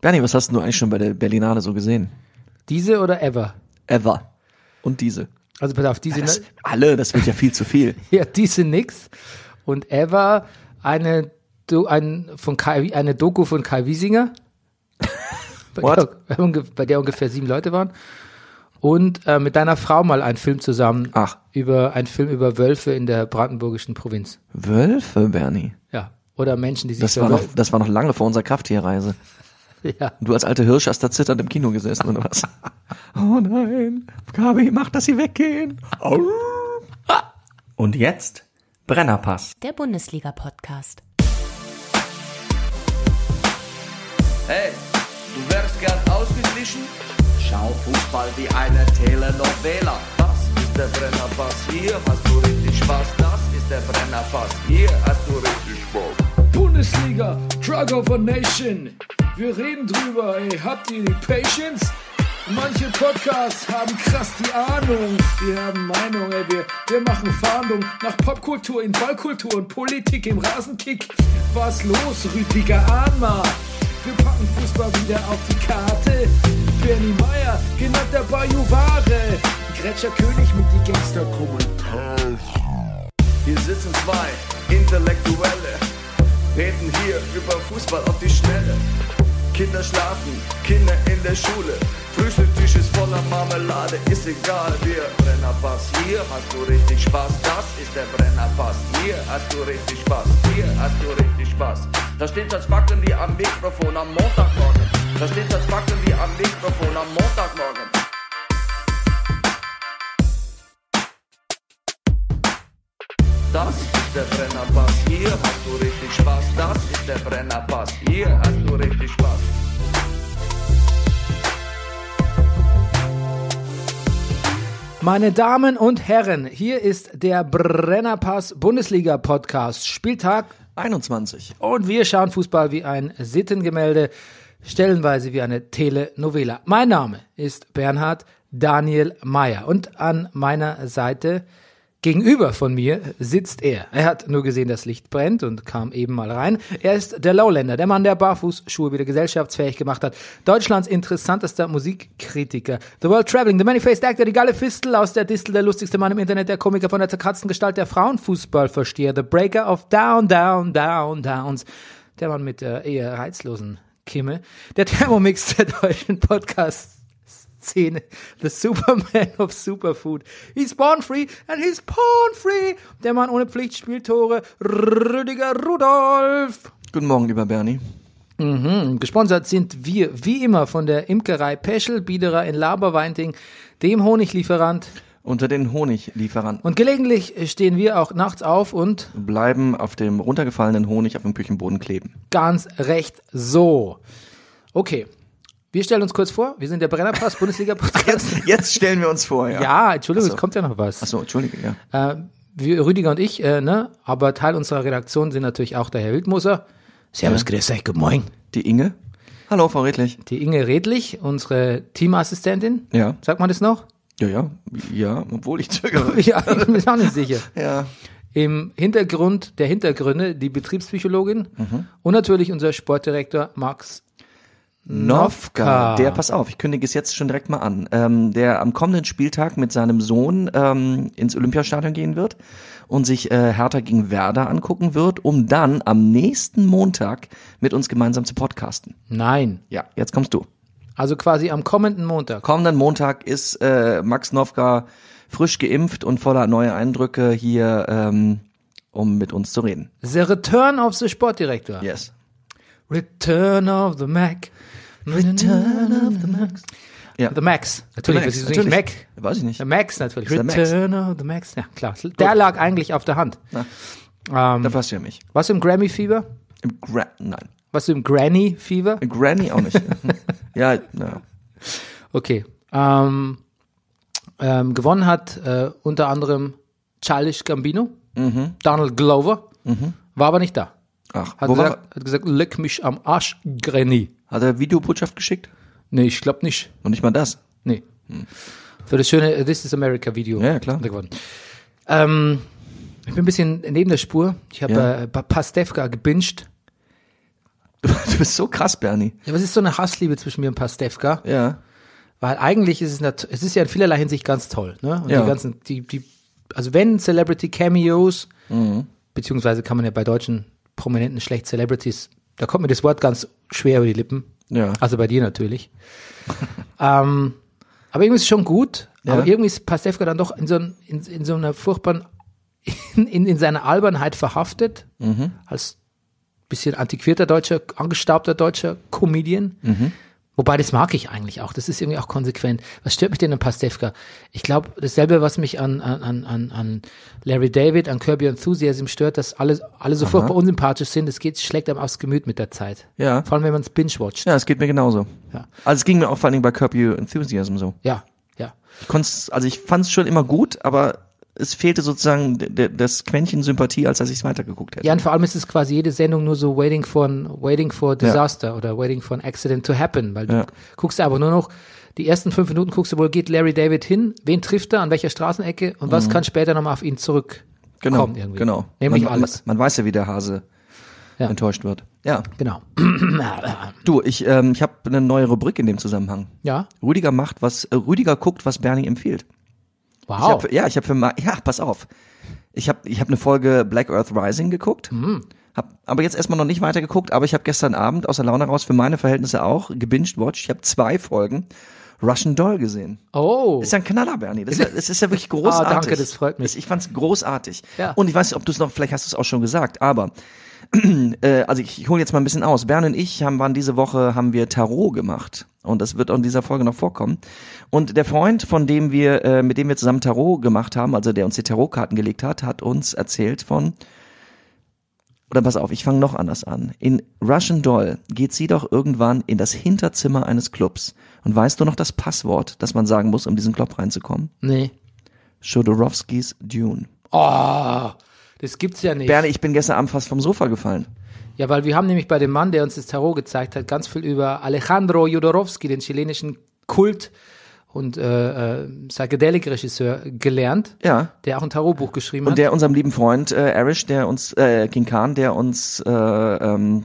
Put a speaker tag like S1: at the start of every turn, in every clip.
S1: Bernie, was hast du eigentlich schon bei der Berlinale so gesehen?
S2: Diese oder ever?
S1: Ever. Und diese.
S2: Also pass auf, diese,
S1: Das, alle, das wird ja viel zu viel.
S2: ja, diese nix. Und ever eine, Do, ein, von Kai, eine Doku von Kai Wiesinger. bei,
S1: What?
S2: Der, unge- bei der ungefähr sieben Leute waren. Und äh, mit deiner Frau mal einen Film zusammen.
S1: Ach.
S2: Über, einen Film über Wölfe in der brandenburgischen Provinz.
S1: Wölfe, Bernie.
S2: Ja. Oder Menschen, die sich
S1: Das war, noch, das war noch lange vor unserer Krafttierreise.
S2: Ja.
S1: Und du als alte Hirsch hast da zitternd im Kino gesessen, oder was? oh nein, Gabi, mach, dass sie weggehen. Au.
S3: Und jetzt Brennerpass.
S4: Der Bundesliga-Podcast.
S5: Hey, du wärst gern ausgeglichen? Schau Fußball wie eine Telenovela. Das ist der Brennerpass, hier hast du richtig Spaß. Das ist der Brennerpass, hier hast du richtig Spaß.
S6: Bundesliga, Drug of a Nation. Wir reden drüber, ey, habt ihr die Patience? Manche Podcasts haben krass die Ahnung. Wir haben Meinung, ey, wir, wir machen Fahndung nach Popkultur in Ballkultur und Politik im Rasenkick. Was los, Rüdiger Ahnma? Wir packen Fußball wieder auf die Karte. Bernie Meier, genannt der Bajuware. Gretscher König mit die Gangster-Kommentare.
S5: Hier sitzen zwei Intellektuelle, reden hier über Fußball auf die Schnelle. Kinder schlafen, Kinder in der Schule. Frühstücktisch ist voller Marmelade, ist egal, wir Brennerpass, hier hast du richtig Spaß. Das ist der Brennerpass, hier hast du richtig Spaß, hier hast du richtig Spaß. Da steht das Backen wie am Mikrofon am Montagmorgen. Da steht das Backen wie am Mikrofon am Montagmorgen. Das ist der Brennerpass, hier hast du richtig Spaß. Das ist der Brennerpass, hier hast du richtig Spaß.
S2: Meine Damen und Herren, hier ist der Brennerpass Bundesliga Podcast Spieltag
S1: 21.
S2: und wir schauen Fußball wie ein Sittengemälde, stellenweise wie eine Telenovela. Mein Name ist Bernhard Daniel Mayer und an meiner Seite gegenüber von mir sitzt er. Er hat nur gesehen, das Licht brennt und kam eben mal rein. Er ist der Lowlander, der Mann, der Barfußschuhe wieder gesellschaftsfähig gemacht hat. Deutschlands interessantester Musikkritiker. The World Traveling, The Many-Faced Actor, die geile Fistel aus der Distel, der lustigste Mann im Internet, der Komiker von der zerkratzten Gestalt, der Frauenfußballversteher, The Breaker of Down, Down, Down, Downs, der Mann mit der eher reizlosen Kimme, der Thermomix der deutschen Podcasts. Szene. The Superman of Superfood. He's born free and he's porn free. Der Mann ohne Pflichtspieltore, Rüdiger Rudolf.
S1: Guten Morgen, lieber Bernie.
S2: Mhm. Gesponsert sind wir, wie immer, von der Imkerei Peschel, Biederer in Laberweinting, dem Honiglieferant.
S1: Unter den Honiglieferanten
S2: Und gelegentlich stehen wir auch nachts auf und
S1: bleiben auf dem runtergefallenen Honig auf dem Küchenboden kleben.
S2: ganz recht so. Okay. Wir stellen uns kurz vor. Wir sind der Brennerpass Bundesliga-Podcast.
S1: Jetzt stellen wir uns vor, ja.
S2: ja, Also. Entschuldigung,
S1: Ach so.
S2: es kommt ja noch was.
S1: Achso, entschuldige, ja.
S2: Äh, wir, Rüdiger und ich, äh, ne? aber Teil unserer Redaktion sind natürlich auch der Herr Wildmoser. Servus, grüß euch, guten Morgen.
S1: Die Inge? Hallo, Frau Redlich.
S2: Die Inge Redlich, unsere Teamassistentin.
S1: Ja.
S2: Sagt man das noch?
S1: Ja, ja. Ja, obwohl ich zögere.
S2: Ja, ich bin mir auch nicht sicher.
S1: Ja.
S2: Im Hintergrund der Hintergründe die Betriebspsychologin und natürlich unser Sportdirektor Max. Novka.
S1: Novka, der, pass auf, ich kündige es jetzt schon direkt mal an, ähm, der am kommenden Spieltag mit seinem Sohn ähm, ins Olympiastadion gehen wird und sich äh, Hertha gegen Werder angucken wird, um dann am nächsten Montag mit uns gemeinsam zu podcasten.
S2: Nein,
S1: Ja, jetzt kommst du.
S2: also quasi am kommenden Montag.
S1: Kommenden Montag ist äh, Max Novka frisch geimpft und voller neuer Eindrücke hier, ähm, um mit uns zu reden.
S2: The Return of the Sportdirektor.
S1: Yes.
S2: Return of the Mac. Return of the Max.
S1: Ja.
S2: The Max. Natürlich, das ist nicht Mac. Ähm,
S1: Weiß ich nicht.
S2: Der Max natürlich.
S1: Ist der Max.
S2: Return of the Max. Ja, klar. Der lag eigentlich auf der Hand.
S1: Da fasst du ja mich.
S2: Warst du im Grammy-Fieber?
S1: Im Gra Nein.
S2: Warst du im Granny-Fieber?
S1: Granny auch nicht. ja, na.
S2: Okay. Ähm, ähm, gewonnen hat äh, unter anderem Charles Gambino,
S1: Mhm.
S2: Donald Glover, war aber nicht da.
S1: Ach,
S2: Hat,
S1: Mhm. wo war,
S2: gesagt, hat gesagt, leck mich am Arsch, Granny.
S1: Hat er Videobotschaft geschickt?
S2: Nee, ich glaube nicht.
S1: Und nicht mal das.
S2: Nee. Für das schöne äh, This is America Video.
S1: Hm. Ja, ja, klar.
S2: hat er gewonnen. Ähm, ich bin ein bisschen neben der Spur. Ich habe
S1: Ja.
S2: äh, Pa- Pastewka gebinged.
S1: Du bist so krass, Bernie.
S2: Ja, aber es ist so eine Hassliebe zwischen mir und Pastewka,
S1: Ja.
S2: weil eigentlich ist es, nat- es ist ja in vielerlei Hinsicht ganz toll. Ne? Und
S1: Ja.
S2: die ganzen, die, die, also wenn Celebrity Cameos,
S1: Mhm.
S2: beziehungsweise kann man ja bei deutschen Prominenten schlecht Celebrities, da kommt mir das Wort ganz schwer über die Lippen.
S1: Ja.
S2: Also bei dir natürlich. ähm, aber irgendwie ist es schon gut.
S1: Ja.
S2: Aber irgendwie ist Pastewka dann doch in so, ein- in, in so einer furchtbaren, in, in, in seiner Albernheit verhaftet. Als bisschen antiquierter deutscher, angestaubter deutscher Comedian.
S1: Mhm.
S2: Wobei, das mag ich eigentlich auch. Das ist irgendwie auch konsequent. Was stört mich denn an Pastewka? Ich glaube, dasselbe, was mich an, an, an- an, an Larry David, an Kirby Enthusiasm stört, dass alle, alle so furchtbar unsympathisch sind. Es geht, schlägt einem aufs Gemüt mit der Zeit.
S1: Ja.
S2: Vor allem, wenn man es binge-watcht.
S1: Ja, es geht mir genauso.
S2: Ja.
S1: Also es ging mir auch vor allen Dingen bei Curb Your Enthusiasm so.
S2: Ja, ja.
S1: Ich konnt's, also ich fand's schon immer gut, aber es fehlte sozusagen d- d- das Quäntchen Sympathie, als dass ich's weitergeguckt hätte.
S2: Ja, und vor allem ist es quasi jede Sendung nur so waiting for an, waiting for disaster oder waiting for an accident to happen, weil du
S1: Ja.
S2: guckst aber nur noch die ersten fünf Minuten guckst du, wo geht Larry David hin, wen trifft er, an welcher Straßenecke und
S1: Mhm.
S2: was kann später nochmal auf ihn zurück
S1: genau,
S2: kommen irgendwie.
S1: genau.
S2: Nämlich
S1: man,
S2: alles.
S1: Man, man weiß ja, wie der Hase
S2: Ja.
S1: enttäuscht wird. Ja.
S2: Genau.
S1: Du, ich, ähm, ich habe eine neue Rubrik in dem Zusammenhang.
S2: Ja.
S1: Rüdiger macht was, äh, Rüdiger guckt, was Bernie empfiehlt. Ich
S2: Wow.
S1: hab, ja, ich habe für Ma- ja, pass auf. Ich habe ich hab eine Folge Black Earth Rising geguckt.
S2: Mhm.
S1: Hab aber jetzt erstmal noch nicht weitergeguckt, aber ich habe gestern Abend aus der Laune raus für meine Verhältnisse auch gebinged watched. Ich habe zwei Folgen Russian Doll gesehen.
S2: oh.
S1: Das ist ja ein Knaller, Bernie. Das ist ja, das ist ja wirklich großartig.
S2: Ah, danke, das freut mich.
S1: Ich fand's großartig.
S2: Ja.
S1: Und ich weiß nicht, ob du es noch, vielleicht hast du es auch schon gesagt, aber äh, also ich, ich hole jetzt mal ein bisschen aus. Bernie und ich haben waren diese Woche haben wir Tarot gemacht und das wird auch in dieser Folge noch vorkommen. Und der Freund, von dem wir äh, mit dem wir zusammen Tarot gemacht haben, also der uns die Tarotkarten gelegt hat, hat uns erzählt von oder pass auf, ich fange noch anders an. In Russian Doll geht sie doch irgendwann in das Hinterzimmer eines Clubs. Und weißt du noch das Passwort, das man sagen muss, um diesen Club reinzukommen?
S2: nee.
S1: Schodorowskis Dune.
S2: Oh. Das gibt's ja nicht.
S1: Bernie, ich bin gestern Abend fast vom Sofa gefallen.
S2: Ja, weil wir haben nämlich bei dem Mann, der uns das Tarot gezeigt hat, ganz viel über Alejandro Jodorowsky, den chilenischen Kult- und äh, äh, Psychedelic-Regisseur, gelernt,
S1: Ja.
S2: der auch ein Tarotbuch geschrieben
S1: Und
S2: hat.
S1: der unserem lieben Freund äh, Arish, der uns, äh, King Khan, der uns äh, ähm,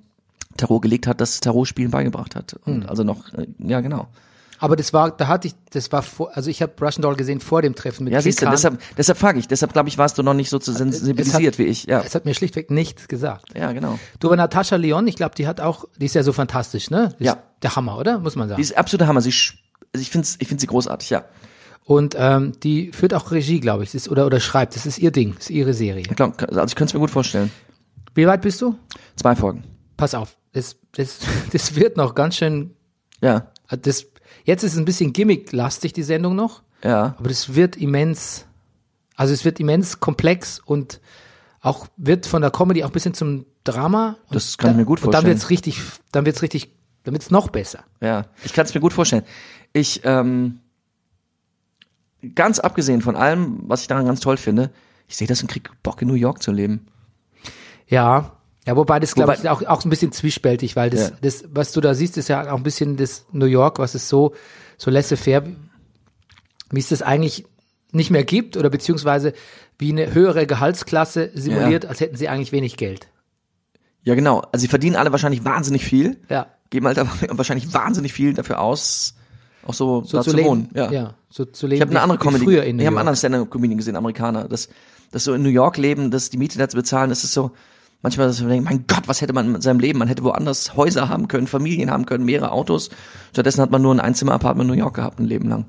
S1: Tarot gelegt hat, das Tarotspielen beigebracht hat.
S2: Hm.
S1: Und also noch, äh, ja genau.
S2: Aber das war, da hatte ich, das war vor, also ich habe Russian Doll gesehen vor dem Treffen mit
S1: Ja,
S2: King
S1: siehst du,
S2: Khan. Äh,
S1: deshalb, deshalb frage ich, deshalb glaube ich, warst du noch nicht so zu sensibilisiert wie ich. Ja,
S2: Es hat mir schlichtweg nichts gesagt.
S1: ja genau.
S2: Du, aber Natascha Leon, ich glaube, die hat auch, die ist ja so fantastisch, ne? Die
S1: Ja.
S2: Ist der Hammer, oder? Muss man
S1: Die
S2: sagen.
S1: ist absoluter Hammer. Sie, sch- also ich finde ich find sie großartig, ja.
S2: Und ähm, die führt auch Regie, glaube ich, Das ist, oder, oder schreibt. Das ist ihr Ding, das ist ihre Serie.
S1: Ich glaub, also ich könnte es mir gut vorstellen.
S2: Wie weit bist du?
S1: Zwei Folgen.
S2: Pass auf, das, das, das wird noch ganz schön
S1: Ja,
S2: das, jetzt ist es ein bisschen gimmicklastig, die Sendung noch,
S1: ja.
S2: aber das wird immens, also es wird immens komplex und auch wird von der Comedy auch ein bisschen zum Drama. Und
S1: Das kann ich mir gut
S2: Und dann
S1: vorstellen.
S2: wird's richtig, dann wird's richtig, dann wird's noch besser.
S1: Ja, ich kann es mir gut vorstellen. Ich, ähm, ganz abgesehen von allem, was ich daran ganz toll finde, ich sehe das und krieg Bock in New York zu leben.
S2: Ja. Ja, wobei das, glaube
S1: Wobei-
S2: ich, auch, auch ein bisschen zwiespältig, weil das,
S1: Ja.
S2: das, was du da siehst, ist ja auch ein bisschen das New York, was es so, so laissez-faire, wie es das eigentlich nicht mehr gibt oder beziehungsweise wie eine höhere Gehaltsklasse simuliert, als hätten sie eigentlich wenig Geld.
S1: Ja, genau. Also sie verdienen alle wahrscheinlich wahnsinnig viel,
S2: Ja.
S1: geben halt aber wahrscheinlich wahnsinnig viel dafür aus, auch so,
S2: so
S1: da
S2: zu
S1: zu
S2: leben.
S1: wohnen. Ja.
S2: so zu leben.
S1: Ich habe eine
S2: wie-
S1: andere
S2: wie
S1: Comedy.
S2: Früher in New
S1: ich habe einen
S2: York.
S1: anderen Stand-up-Comedian gesehen, Amerikaner, dass, dass so in New York leben, dass die Miete dazu bezahlen, das ist so, manchmal, dass man denkt, mein Gott, was hätte man mit seinem Leben? Man hätte woanders Häuser haben können, Familien haben können, mehrere Autos. Stattdessen hat man nur ein Einzimmer-Apartment in New York gehabt, ein Leben lang.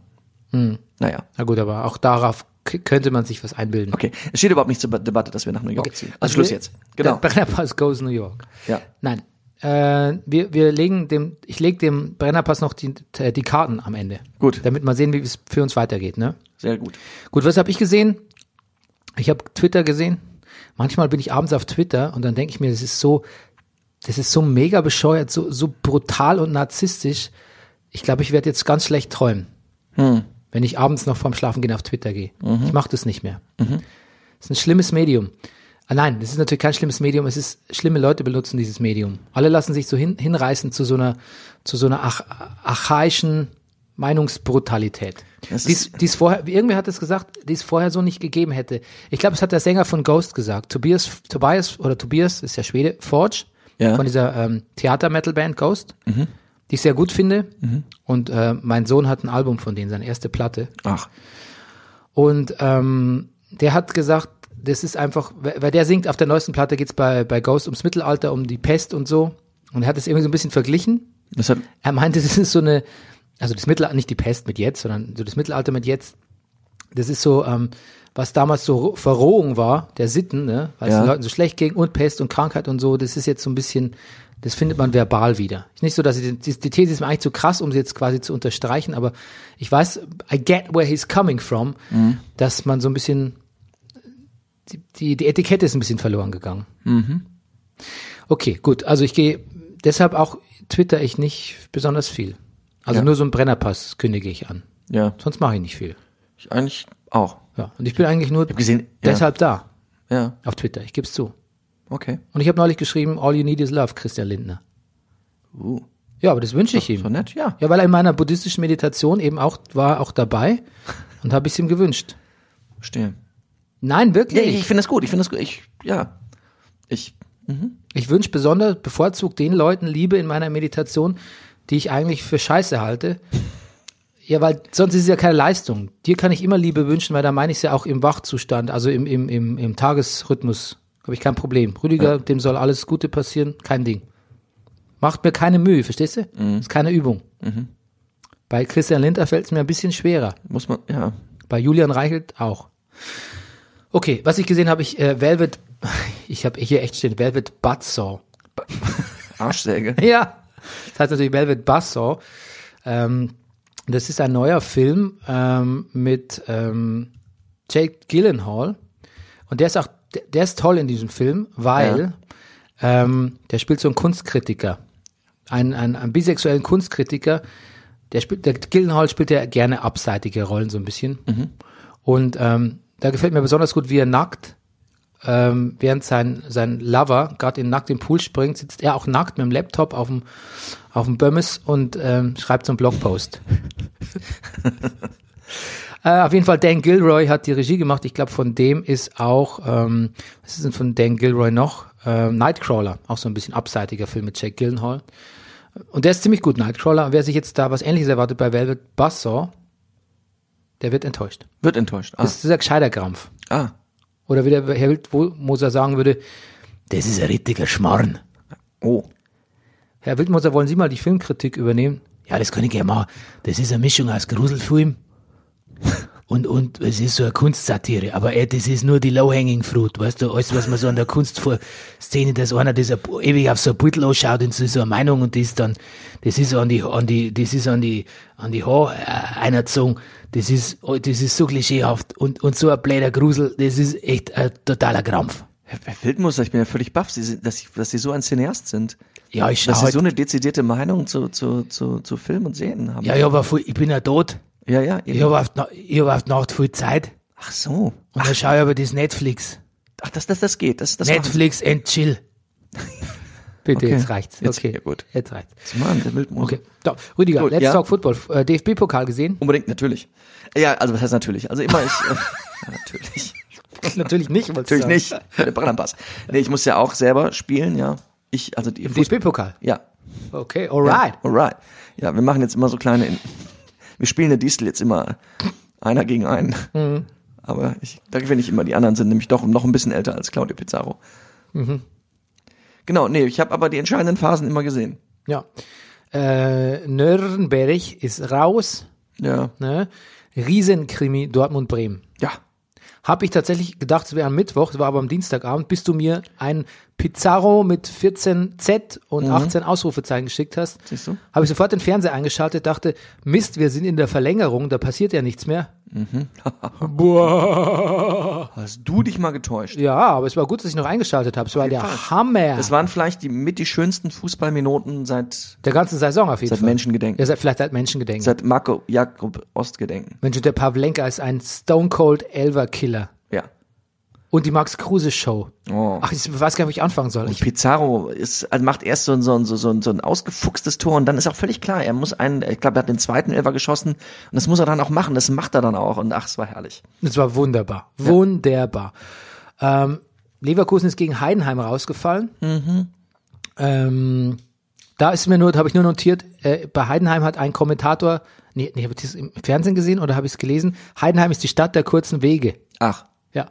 S2: Hm.
S1: Naja.
S2: Na gut, aber auch darauf k- könnte man sich was einbilden.
S1: Okay, es steht überhaupt nicht zur Be- Debatte, dass wir nach New York ziehen. Also, Schluss
S2: wir-
S1: jetzt. Genau.
S2: Der Brennerpass goes New York.
S1: Ja.
S2: Nein. Äh, wir, wir legen dem, ich lege dem Brennerpass noch die, äh, die Karten am Ende.
S1: Gut.
S2: Damit man sehen, wie es für uns weitergeht, ne?
S1: Sehr gut.
S2: Gut, was habe ich gesehen? Ich habe Twitter gesehen. Manchmal bin ich abends auf Twitter und dann denke ich mir, das ist so, das ist so mega bescheuert, so, so brutal und narzisstisch. Ich glaube, ich werde jetzt ganz schlecht träumen,
S1: Hm.
S2: wenn ich abends noch vorm Schlafengehen auf Twitter gehe.
S1: Mhm.
S2: Ich mache das nicht mehr. Das ist ein schlimmes Medium. Ah, nein, das ist natürlich kein schlimmes Medium. Es ist schlimme Leute benutzen dieses Medium. Alle lassen sich so hin, hinreißen zu so einer, zu so einer ach, archaischen Meinungsbrutalität.
S1: Das
S2: Die
S1: ist-
S2: es- die es vorher, irgendwer hat es gesagt, die es vorher so nicht gegeben hätte. Ich glaube, es hat der Sänger von Ghost gesagt. Tobias, Tobias oder Tobias ist ja Schwede, Forge
S1: Ja.
S2: von dieser ähm, Theater-Metal-Band Ghost, die ich sehr gut finde. Und äh, mein Sohn hat ein Album von denen, seine erste Platte.
S1: Ach,
S2: Und ähm, der hat gesagt, das ist einfach, weil der singt auf der neuesten Platte geht's bei, bei Ghost ums Mittelalter, um die Pest und so. Und er hat es irgendwie so ein bisschen verglichen.
S1: das hat,
S2: Er meinte, das ist so eine, also das Mittelalter, nicht die Pest mit jetzt, sondern so das Mittelalter mit jetzt, das ist so, ähm, was damals so Ro- Verrohung war, der Sitten, ne? weil es
S1: Ja.
S2: den Leuten so schlecht ging und Pest und Krankheit und so, das ist jetzt so ein bisschen, das findet man verbal wieder. Ist nicht so, dass ich, die, die These ist mir eigentlich zu krass, um sie jetzt quasi zu unterstreichen, aber ich weiß, I get where he's coming from, dass man so ein bisschen, die, die, die Etikette ist ein bisschen verloren gegangen. Okay, gut, also ich gehe, deshalb auch twitter ich nicht besonders viel. Also nur so einen Brennerpass kündige ich an.
S1: ja,
S2: Sonst mache ich nicht viel.
S1: ich eigentlich auch.
S2: Ja, und ich bin eigentlich nur
S1: gesehen, ja.
S2: deshalb da
S1: Ja,
S2: auf Twitter. Ich gebe es zu.
S1: okay.
S2: Und ich habe neulich geschrieben, All You Need Is Love, Christian Lindner.
S1: Uh,
S2: Ja, aber das wünsche ich ihm.
S1: so nett, ja.
S2: Ja, weil er in meiner buddhistischen Meditation eben auch war, auch dabei und habe ich es ihm gewünscht.
S1: Verstehe.
S2: Nein, wirklich.
S1: Ja, ich, ich finde das gut, ich finde das gut. Ich, ja, ich,
S2: Ich wünsche besonders bevorzugt den Leuten Liebe in meiner Meditation, die ich eigentlich für scheiße halte. Ja, weil sonst ist es ja keine Leistung. Dir kann ich immer Liebe wünschen, weil da meine ich es ja auch im Wachzustand, also im, im, im, im Tagesrhythmus. Habe ich kein Problem. Rüdiger, dem soll alles Gute passieren, kein Ding. Macht mir keine Mühe, verstehst du? Ist keine Übung. Bei Christian Lindner fällt es mir ein bisschen schwerer.
S1: muss man, ja.
S2: Bei Julian Reichelt auch. Okay, was ich gesehen habe, ich äh, Velvet, ich habe hier echt stehen, Velvet Buzzsaw.
S1: Arschsäge.
S2: Ja, das heißt natürlich Velvet Buzzsaw. Ähm, das ist ein neuer Film ähm, mit ähm, Jake Gyllenhaal. Und der ist auch, der ist toll in diesem Film, weil ähm, der spielt so einen Kunstkritiker. Einen, einen, einen bisexuellen Kunstkritiker. Der, spielt, der Gyllenhaal spielt ja gerne abseitige Rollen so ein bisschen. Und ähm, da gefällt mir besonders gut, wie er nackt ähm, während sein, sein Lover gerade in nackt im Pool springt, sitzt er auch nackt mit dem Laptop auf dem, auf dem Bömmes und ähm, schreibt so einen Blogpost. äh, auf jeden Fall, Dan Gilroy hat die Regie gemacht. Ich glaube, von dem ist auch, ähm, was ist denn von Dan Gilroy noch? Ähm, Nightcrawler, auch so ein bisschen abseitiger Film mit Jake Gyllenhaal. Und der ist ziemlich gut, Nightcrawler. Und wer sich jetzt da was Ähnliches erwartet bei Velvet Buzzsaw, der wird enttäuscht.
S1: Wird enttäuscht. Ah,
S2: Das ist dieser gescheiter Krampf.
S1: ah.
S2: Oder wie der Herr Wildmoser sagen würde, das ist ein richtiger Schmarrn.
S1: oh,
S2: Herr Wildmoser, wollen Sie mal die Filmkritik übernehmen? Ja, das kann ich ja machen. Das ist eine Mischung aus Gruselfilm und, und es ist so eine Kunstsatire. Aber äh, das ist nur die low-hanging fruit, weißt du, alles, was man so an der Kunst vor Szene, dass einer das ab- ewig auf so ein Beutel ausschaut und so so eine Meinung und das dann, das ist an die, an die, das ist an die, an die Haar äh, einer gezogen. Das ist, oh, das ist so klischeehaft und, und so ein blöder Grusel, das ist echt ein totaler Krampf.
S1: Herr, Herr Wildmoser, ich bin ja völlig baff, Sie sind, dass, Sie, dass Sie so ein Cineast sind.
S2: Ja, ich
S1: Dass
S2: schau
S1: Sie so
S2: halt-
S1: eine dezidierte Meinung zu, zu, zu, zu Filmen und Serien haben.
S2: Ja, ich, hab auch viel, ich bin ja tot.
S1: ja, ja
S2: Ich
S1: eben.
S2: habe auf, die Na- ich hab auf die Nacht viel Zeit.
S1: Ach so.
S2: Und dann schaue ich aber das Netflix.
S1: Ach, das, das, das geht. Das, das
S2: Netflix and chill. Bitte,
S1: Okay.
S2: jetzt reicht's.
S1: Jetzt-
S2: okay,
S1: ja, gut.
S2: Jetzt reicht's.
S1: machen- Mann, der Wildmoser.
S2: Okay. So, Rüdiger,
S1: Gut,
S2: Let's
S1: ja.
S2: Talk Football. Äh, DFB-Pokal gesehen?
S1: Unbedingt, natürlich. Ja, also was heißt natürlich? Also immer ich. Äh, natürlich.
S2: Natürlich nicht.
S1: Natürlich nicht. Der Brennerpass. Nee, ich muss ja auch selber spielen, ja. Ich, also die Fußball-
S2: DFB-Pokal.
S1: Ja.
S2: Okay, alright.
S1: Ja, alright. Ja, wir machen jetzt immer so kleine. wir spielen eine Distel jetzt immer einer gegen einen.
S2: Mhm.
S1: Aber ich, da gewinne ich immer. Die anderen sind nämlich doch noch ein bisschen älter als Claudio Pizarro.
S2: Mhm.
S1: Genau, nee, ich habe aber die entscheidenden Phasen immer gesehen.
S2: Ja. Äh, Nürnberg ist raus.
S1: Ja,
S2: Ne? Riesenkrimi Dortmund-Bremen.
S1: ja,
S2: Habe ich tatsächlich gedacht, es wäre am Mittwoch, es war aber am Dienstagabend, bis du mir ein Pizarro mit 14 Z und 18 Ausrufezeichen geschickt hast.
S1: Mhm. Siehst du?
S2: Habe ich sofort den Fernseher eingeschaltet, dachte, Mist, wir sind in der Verlängerung, da passiert ja nichts mehr.
S1: Mhm.
S2: Boah.
S1: hast du dich mal getäuscht.
S2: Ja, aber es war gut, dass ich noch eingeschaltet habe. Es war der Hammer.
S1: Das waren vielleicht die mit die schönsten Fußballminuten seit
S2: der ganzen Saison auf jeden
S1: seit
S2: Fall.
S1: Menschengedenken.
S2: Ja, seit, vielleicht seit Menschengedenken.
S1: seit Marco Jakob Ostgedenken.
S2: Mensch, und der Pavlenka ist ein Stone Cold Elver Killer.
S1: Ja.
S2: Und die Max Kruse Show.
S1: Oh.
S2: Ach, ich weiß gar nicht, ob ich anfangen soll. Ich,
S1: Pizarro ist, also macht erst so ein, so, ein, so, ein, so ein ausgefuchstes Tor und dann ist auch völlig klar, er muss einen, ich glaube, er hat den zweiten Elfer geschossen und das muss er dann auch machen, das macht er dann auch und ach, es war herrlich.
S2: Es war wunderbar.
S1: Mhm.
S2: Wunderbar. Ähm, Leverkusen ist gegen Heidenheim rausgefallen. Ähm, da ist mir nur, habe ich nur notiert, äh, bei Heidenheim hat ein Kommentator, nee, nee habe ich das im Fernsehen gesehen oder habe ich es gelesen? Heidenheim ist die Stadt der kurzen Wege.
S1: Ach,
S2: Ja.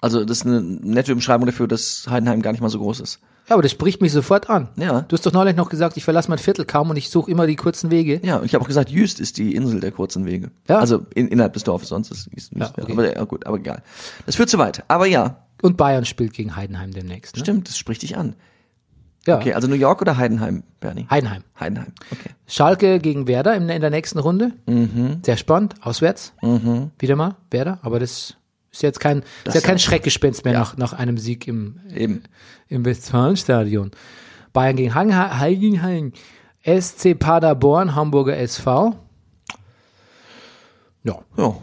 S1: also das ist eine nette Umschreibung dafür, dass Heidenheim gar nicht mal so groß ist.
S2: Ja, aber das spricht mich sofort an.
S1: Ja.
S2: Du hast doch neulich noch gesagt, ich verlasse mein Viertel kaum und ich suche immer die kurzen Wege.
S1: Ja, und ich habe auch gesagt, Jüst ist die Insel der kurzen Wege.
S2: Ja.
S1: Also in, innerhalb des Dorfes, sonst ist Jüst. Jüst
S2: okay.
S1: aber, ja, gut, aber egal. Das führt zu weit. Aber ja,
S2: Und Bayern spielt gegen Heidenheim demnächst. Ne?
S1: stimmt, das spricht dich an.
S2: Ja.
S1: Okay, also New York oder Heidenheim, Bernie?
S2: Heidenheim.
S1: Heidenheim, okay.
S2: Schalke gegen Werder in, in der nächsten Runde. Sehr spannend, auswärts. Wieder mal Werder, aber das ist jetzt kein, Mhm. ist ja kein Schreckgespenst mehr nach, nach einem Sieg im,
S1: Eben.
S2: im Westfalenstadion. Bayern gegen Hang- Heidenheim, SC Paderborn, Hamburger SV,
S1: Ja. ja.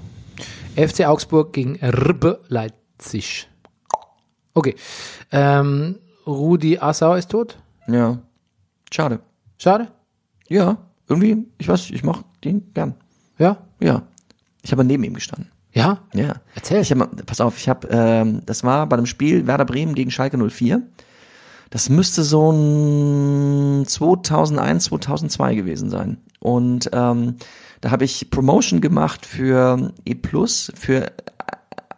S2: FC Augsburg gegen RB Leipzig. Okay, ähm, Rudi Assauer ist tot.
S1: Ja. Schade.
S2: Schade.
S1: Ja, irgendwie, ich weiß, ich mach den gern.
S2: Ja,
S1: Ja. Ich habe neben ihm gestanden.
S2: ja,
S1: Ja.
S2: Erzähl.
S1: Ich hab, mal- pass auf, ich habe, ähm, das war bei dem Spiel Werder Bremen gegen Schalke 04. Das müsste so ein 2001, 2002 gewesen sein. Und ähm, da habe ich Promotion gemacht für E+, für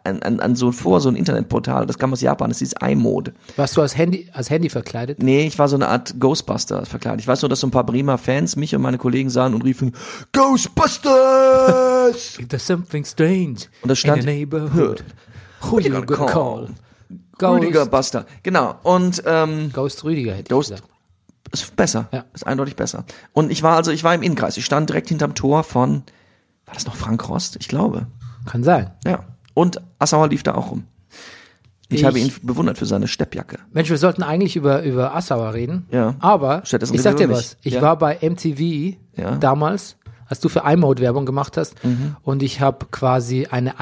S1: an, an, an so vor, so ein Internetportal, das kam aus Japan, das hieß iMode.
S2: warst du als Handy, als Handy verkleidet?
S1: Nee, ich war so eine Art Ghostbuster verkleidet. Ich weiß nur, dass so ein paar Bremer Fans mich und meine Kollegen sahen und riefen, Ghostbusters!
S2: There's something strange
S1: Und da stand-
S2: in the neighborhood. Who you gonna
S1: gonna
S2: call?
S1: call?
S2: Ghost,
S1: Rüdiger Buster. Genau. Und, ähm,
S2: Ghost Rüdiger hätte
S1: Ghost
S2: ich gesagt.
S1: ist besser.
S2: Ja.
S1: Ist eindeutig besser. Und ich war also, ich war im Innenkreis. Ich stand direkt hinterm Tor von, war das noch Frank Rost? Ich glaube.
S2: Kann sein.
S1: Ja. Und Assauer lief da auch rum. Ich,
S2: Ich-
S1: habe ihn bewundert für seine Steppjacke.
S2: Mensch, wir sollten eigentlich über, über Assauer reden.
S1: Ja.
S2: Aber
S1: Stattdessen
S2: ich sag dir
S1: reden wir über
S2: was.
S1: mich.
S2: Ich
S1: Ja.
S2: war bei MTV
S1: Ja. Mhm.
S2: damals, als du für iMode Werbung gemacht hast. Und ich habe quasi eine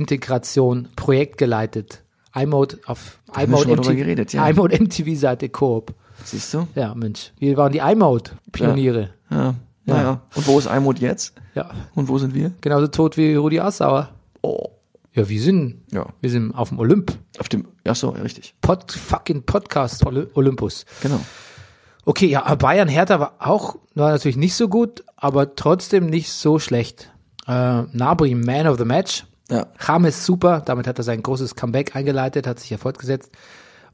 S2: iMode-Integration Projekt geleitet. iMode auf
S1: haben wir
S2: iMode
S1: schon mal drüber
S2: MTV,
S1: geredet, ja.
S2: iMode MTV-Seite Coop.
S1: Siehst du?
S2: Ja, Mensch. Wir waren die iMode-Pioniere.
S1: Ja. Naja. Und wo ist Almut jetzt?
S2: Ja.
S1: Und wo sind wir?
S2: Genauso tot wie Rudi Assauer.
S1: Oh.
S2: Ja, wir sind,
S1: Ja.
S2: wir sind auf dem Olymp.
S1: Auf dem, ja so, ja, richtig.
S2: Pod, fucking Podcast Oly- Olympus.
S1: Genau.
S2: Okay, ja, Bayern Hertha war auch, war natürlich nicht so gut, aber trotzdem nicht so schlecht. Äh, Nabri, Man of the Match.
S1: Ja.
S2: James super, damit hat er sein großes Comeback eingeleitet, hat sich ja fortgesetzt.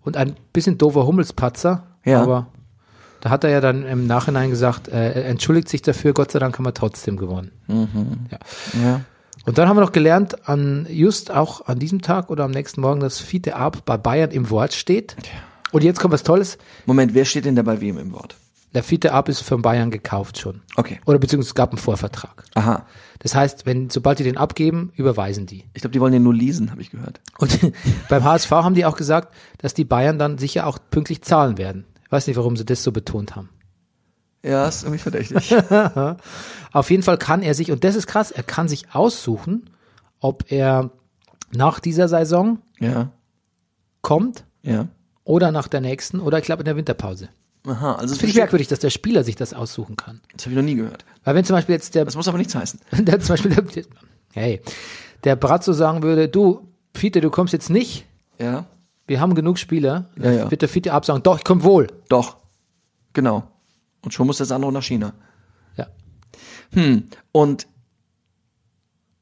S2: Und ein bisschen doofer Hummelspatzer,
S1: Ja.
S2: aber da hat er ja dann im Nachhinein gesagt, äh, er entschuldigt sich dafür, Gott sei Dank haben wir trotzdem gewonnen.
S1: Ja.
S2: Und dann haben wir noch gelernt, an just auch an diesem Tag oder am nächsten Morgen, dass Fiete Ab bei Bayern im Wort steht. Und jetzt kommt was Tolles.
S1: Moment, wer steht denn da bei wem im Wort?
S2: Der Fiete Ab ist von Bayern gekauft schon.
S1: Okay.
S2: Oder beziehungsweise es gab einen Vorvertrag.
S1: Aha.
S2: Das heißt, wenn, sobald die den abgeben, überweisen die.
S1: Ich glaube, die wollen den nur leasen, habe ich gehört.
S2: Und beim HSV haben die auch gesagt, dass die Bayern dann sicher auch pünktlich zahlen werden. Ich weiß nicht, warum sie das so betont haben.
S1: Ja, ist irgendwie verdächtig.
S2: Auf jeden Fall kann er sich, und das ist krass, er kann sich aussuchen, ob er nach dieser Saison
S1: ja.
S2: kommt
S1: Ja.
S2: oder nach der nächsten oder ich glaube in der Winterpause.
S1: Aha, also das
S2: Finde ich merkwürdig, dass der Spieler sich das aussuchen kann.
S1: Das habe ich noch nie gehört.
S2: Weil wenn zum Beispiel jetzt der,
S1: Das muss aber nichts heißen.
S2: der zum Beispiel der, hey, der Brazzo sagen würde, du, Fiete, du kommst jetzt nicht,
S1: Ja.
S2: wir haben genug Spieler, dann
S1: ja.
S2: wird der Fiete absagen, doch, ich komm wohl.
S1: Doch. Genau. Und schon muss das andere nach China.
S2: Ja.
S1: Und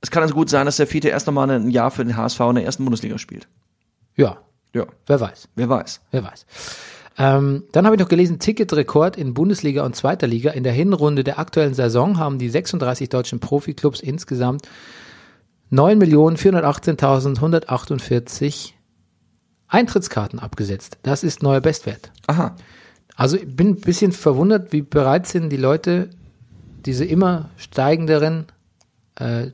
S1: es kann also gut sein, dass der Fiete erst nochmal ein Jahr für den HSV in der ersten Bundesliga spielt.
S2: Ja,
S1: Ja.
S2: wer weiß,
S1: Wer weiß.
S2: wer weiß. Ähm, dann habe ich noch gelesen, Ticketrekord in Bundesliga und zweiter Liga. In der Hinrunde der aktuellen Saison haben die 36 deutschen Profiklubs insgesamt 9.418.148 Eintrittskarten abgesetzt. Das ist neuer Bestwert.
S1: Aha.
S2: Also ich bin ein bisschen verwundert, wie bereit sind die Leute, diese immer steigenderen äh,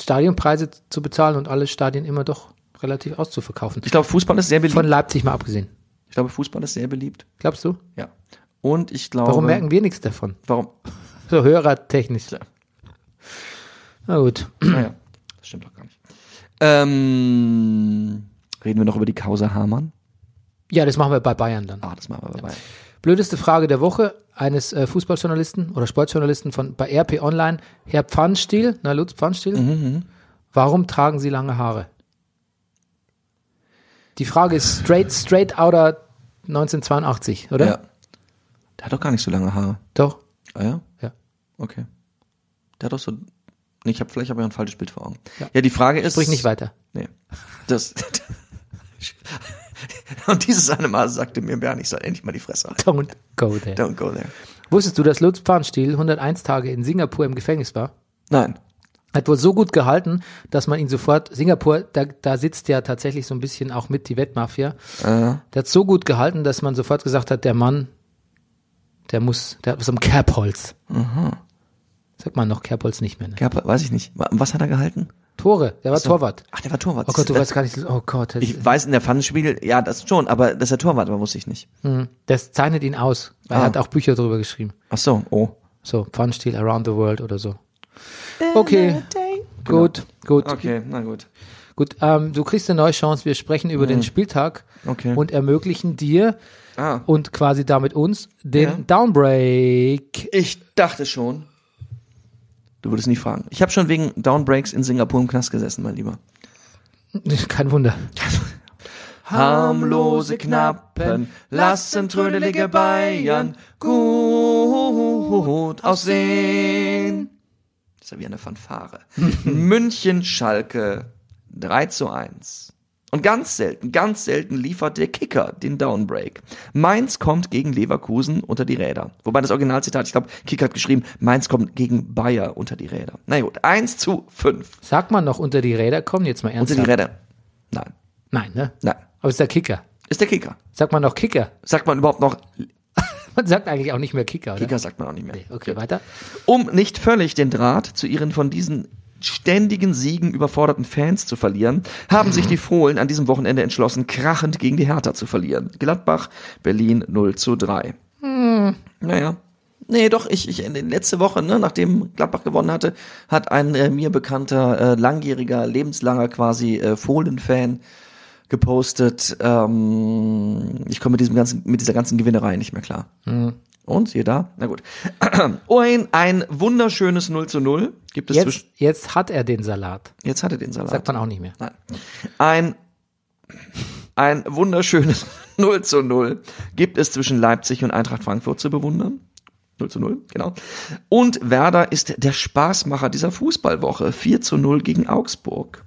S2: Stadionpreise zu bezahlen und alle Stadien immer doch relativ auszuverkaufen.
S1: Ich glaube, Fußball ist sehr
S2: Von
S1: beliebt.
S2: Leipzig mal abgesehen.
S1: Ich glaube, Fußball ist sehr beliebt.
S2: Glaubst du?
S1: Ja. Und ich glaube.
S2: Warum merken wir nichts davon?
S1: Warum?
S2: So hörertechnisch.
S1: Ja.
S2: Na gut.
S1: Naja. Ah Das stimmt doch gar nicht. Ähm, reden wir noch über die Causa Hamann?
S2: Ja, das machen wir bei Bayern dann.
S1: Ah, das machen wir dabei.
S2: Blödeste Frage der Woche eines äh, Fußballjournalisten oder Sportjournalisten von bei RP Online, Herr Pfannstiel, na Lutz Pfannstiel,
S1: Mhm,
S2: warum tragen Sie lange Haare? Die Frage ist straight, straight outer 1982, oder?
S1: Ja. Der hat doch gar nicht so lange Haare.
S2: Doch.
S1: Ah ja?
S2: Ja.
S1: Okay. Der hat doch so. Nee, ich habe vielleicht habe ich ein falsches Bild vor Augen. Ja, die Frage ist.
S2: Sprich nicht weiter.
S1: Nee. Das. Und dieses eine Mal sagte mir Bernd, ich soll endlich mal die Fresse halten.
S2: Don't go there.
S1: Don't go there.
S2: Wusstest du, dass Lutz Pfannstiel 101 Tage in Singapur im Gefängnis war?
S1: Nein.
S2: Hat wohl so gut gehalten, dass man ihn sofort, Singapur, da, da sitzt ja tatsächlich so ein bisschen auch mit die Wettmafia.
S1: Äh,
S2: Der hat so gut gehalten, dass man sofort gesagt hat, der Mann, der muss, der hat was am Kerbholz.
S1: Mhm.
S2: Sagt man noch Kerbholz nicht mehr, ne?
S1: Ja, aber weiß ich nicht. Wa- um Was hat er gehalten?
S2: Tore, der war Torwart.
S1: Ach, der war Torwart.
S2: Oh Gott, du
S1: Das-
S2: weißt gar nicht, oh Gott. Das,
S1: Ich weiß in der Pfannenspiegel, ja, das schon, aber dass er Torwart war, wusste ich nicht.
S2: hm. das zeichnet ihn aus, weil er
S1: Ah.
S2: hat auch Bücher darüber geschrieben.
S1: Ach so, oh.
S2: So, Pfannstiel Around the World oder so. Okay, gut, gut.
S1: Genau. Okay, na gut.
S2: Gut, ähm, du kriegst eine neue Chance. Wir sprechen über den Spieltag
S1: Okay.
S2: und ermöglichen dir
S1: Ah.
S2: und quasi damit uns den Downbreak.
S1: Ich dachte schon. Du würdest nicht fragen. Ich habe schon wegen Downbreaks in Singapur im Knast gesessen, mein Lieber.
S2: Kein Wunder.
S1: Harmlose Knappen lassen trödelige Bayern gut aussehen. Das ist ja wie eine Fanfare. München Schalke 3 zu 1. Und ganz selten, ganz selten liefert der Kicker den Downbreak. Mainz kommt gegen Leverkusen unter die Räder. Wobei das Originalzitat, ich glaube, Kicker hat geschrieben, Mainz kommt gegen Bayer unter die Räder. Na gut, 1 zu 5
S2: Sagt man noch unter die Räder? Komm jetzt mal
S1: unter
S2: ernsthaft.
S1: die Räder. Nein,
S2: Nein, ne?
S1: nein.
S2: Aber es ist der Kicker.
S1: Ist der Kicker.
S2: Sagt man noch Kicker?
S1: Sagt man überhaupt noch
S2: Man sagt eigentlich auch nicht mehr Kicker, oder?
S1: Kicker sagt man auch nicht mehr.
S2: Okay, weiter.
S1: Um nicht völlig den Draht zu ihren von diesen ständigen Siegen überforderten Fans zu verlieren, haben sich die Fohlen an diesem Wochenende entschlossen, krachend gegen die Hertha zu verlieren. Gladbach, Berlin 0 zu 3. Naja. Nee, doch, ich, ich letzte Woche, ne, nachdem Gladbach gewonnen hatte, hat ein äh, mir bekannter, äh, langjähriger, lebenslanger quasi äh, Fohlen-Fan gepostet, ähm, ich komme mit diesem ganzen, mit dieser ganzen Gewinnerei nicht mehr klar. Und siehe da, na gut. Ein, ein wunderschönes 0 zu 0 gibt es
S2: Jetzt,
S1: zwischen.
S2: jetzt hat er den Salat.
S1: Jetzt hat er den Salat.
S2: Sagt man auch nicht mehr.
S1: Nein. Ein, ein wunderschönes 0 zu 0 gibt es zwischen Leipzig und Eintracht Frankfurt zu bewundern. 0 zu 0, genau. Und Werder ist der Spaßmacher dieser Fußballwoche. 4 zu 0 gegen Augsburg.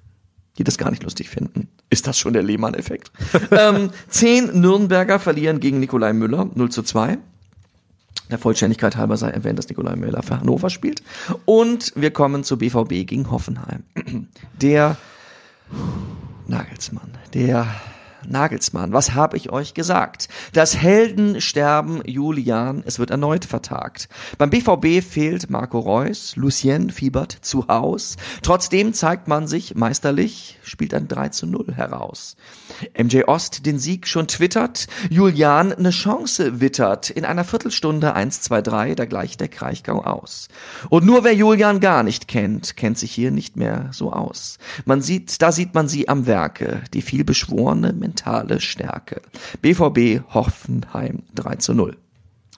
S1: Die das gar nicht lustig finden. Ist das schon der Lehmann-Effekt? ähm, zehn Nürnberger verlieren gegen Nikolai Müller 0 zu 2. Der Vollständigkeit halber sei erwähnt, dass Nikolai Müller für Hannover spielt. Und wir kommen zu BVB gegen Hoffenheim. Der Nagelsmann, der Nagelsmann, was habe ich euch gesagt? Das Heldensterben Julian, es wird erneut vertagt. Beim BVB fehlt Marco Reus, Lucien fiebert zu Haus. Trotzdem zeigt man sich meisterlich, spielt ein 3 zu 0 heraus. MJ Ost den Sieg schon twittert, Julian eine Chance wittert. In einer Viertelstunde 1, 2, 3, da gleicht der Kraichgau aus. Und nur wer Julian gar nicht kennt, kennt sich hier nicht mehr so aus. Man sieht, da sieht man sie am Werke, die vielbeschworene mentale Stärke. BVB Hoffenheim 3 zu 0.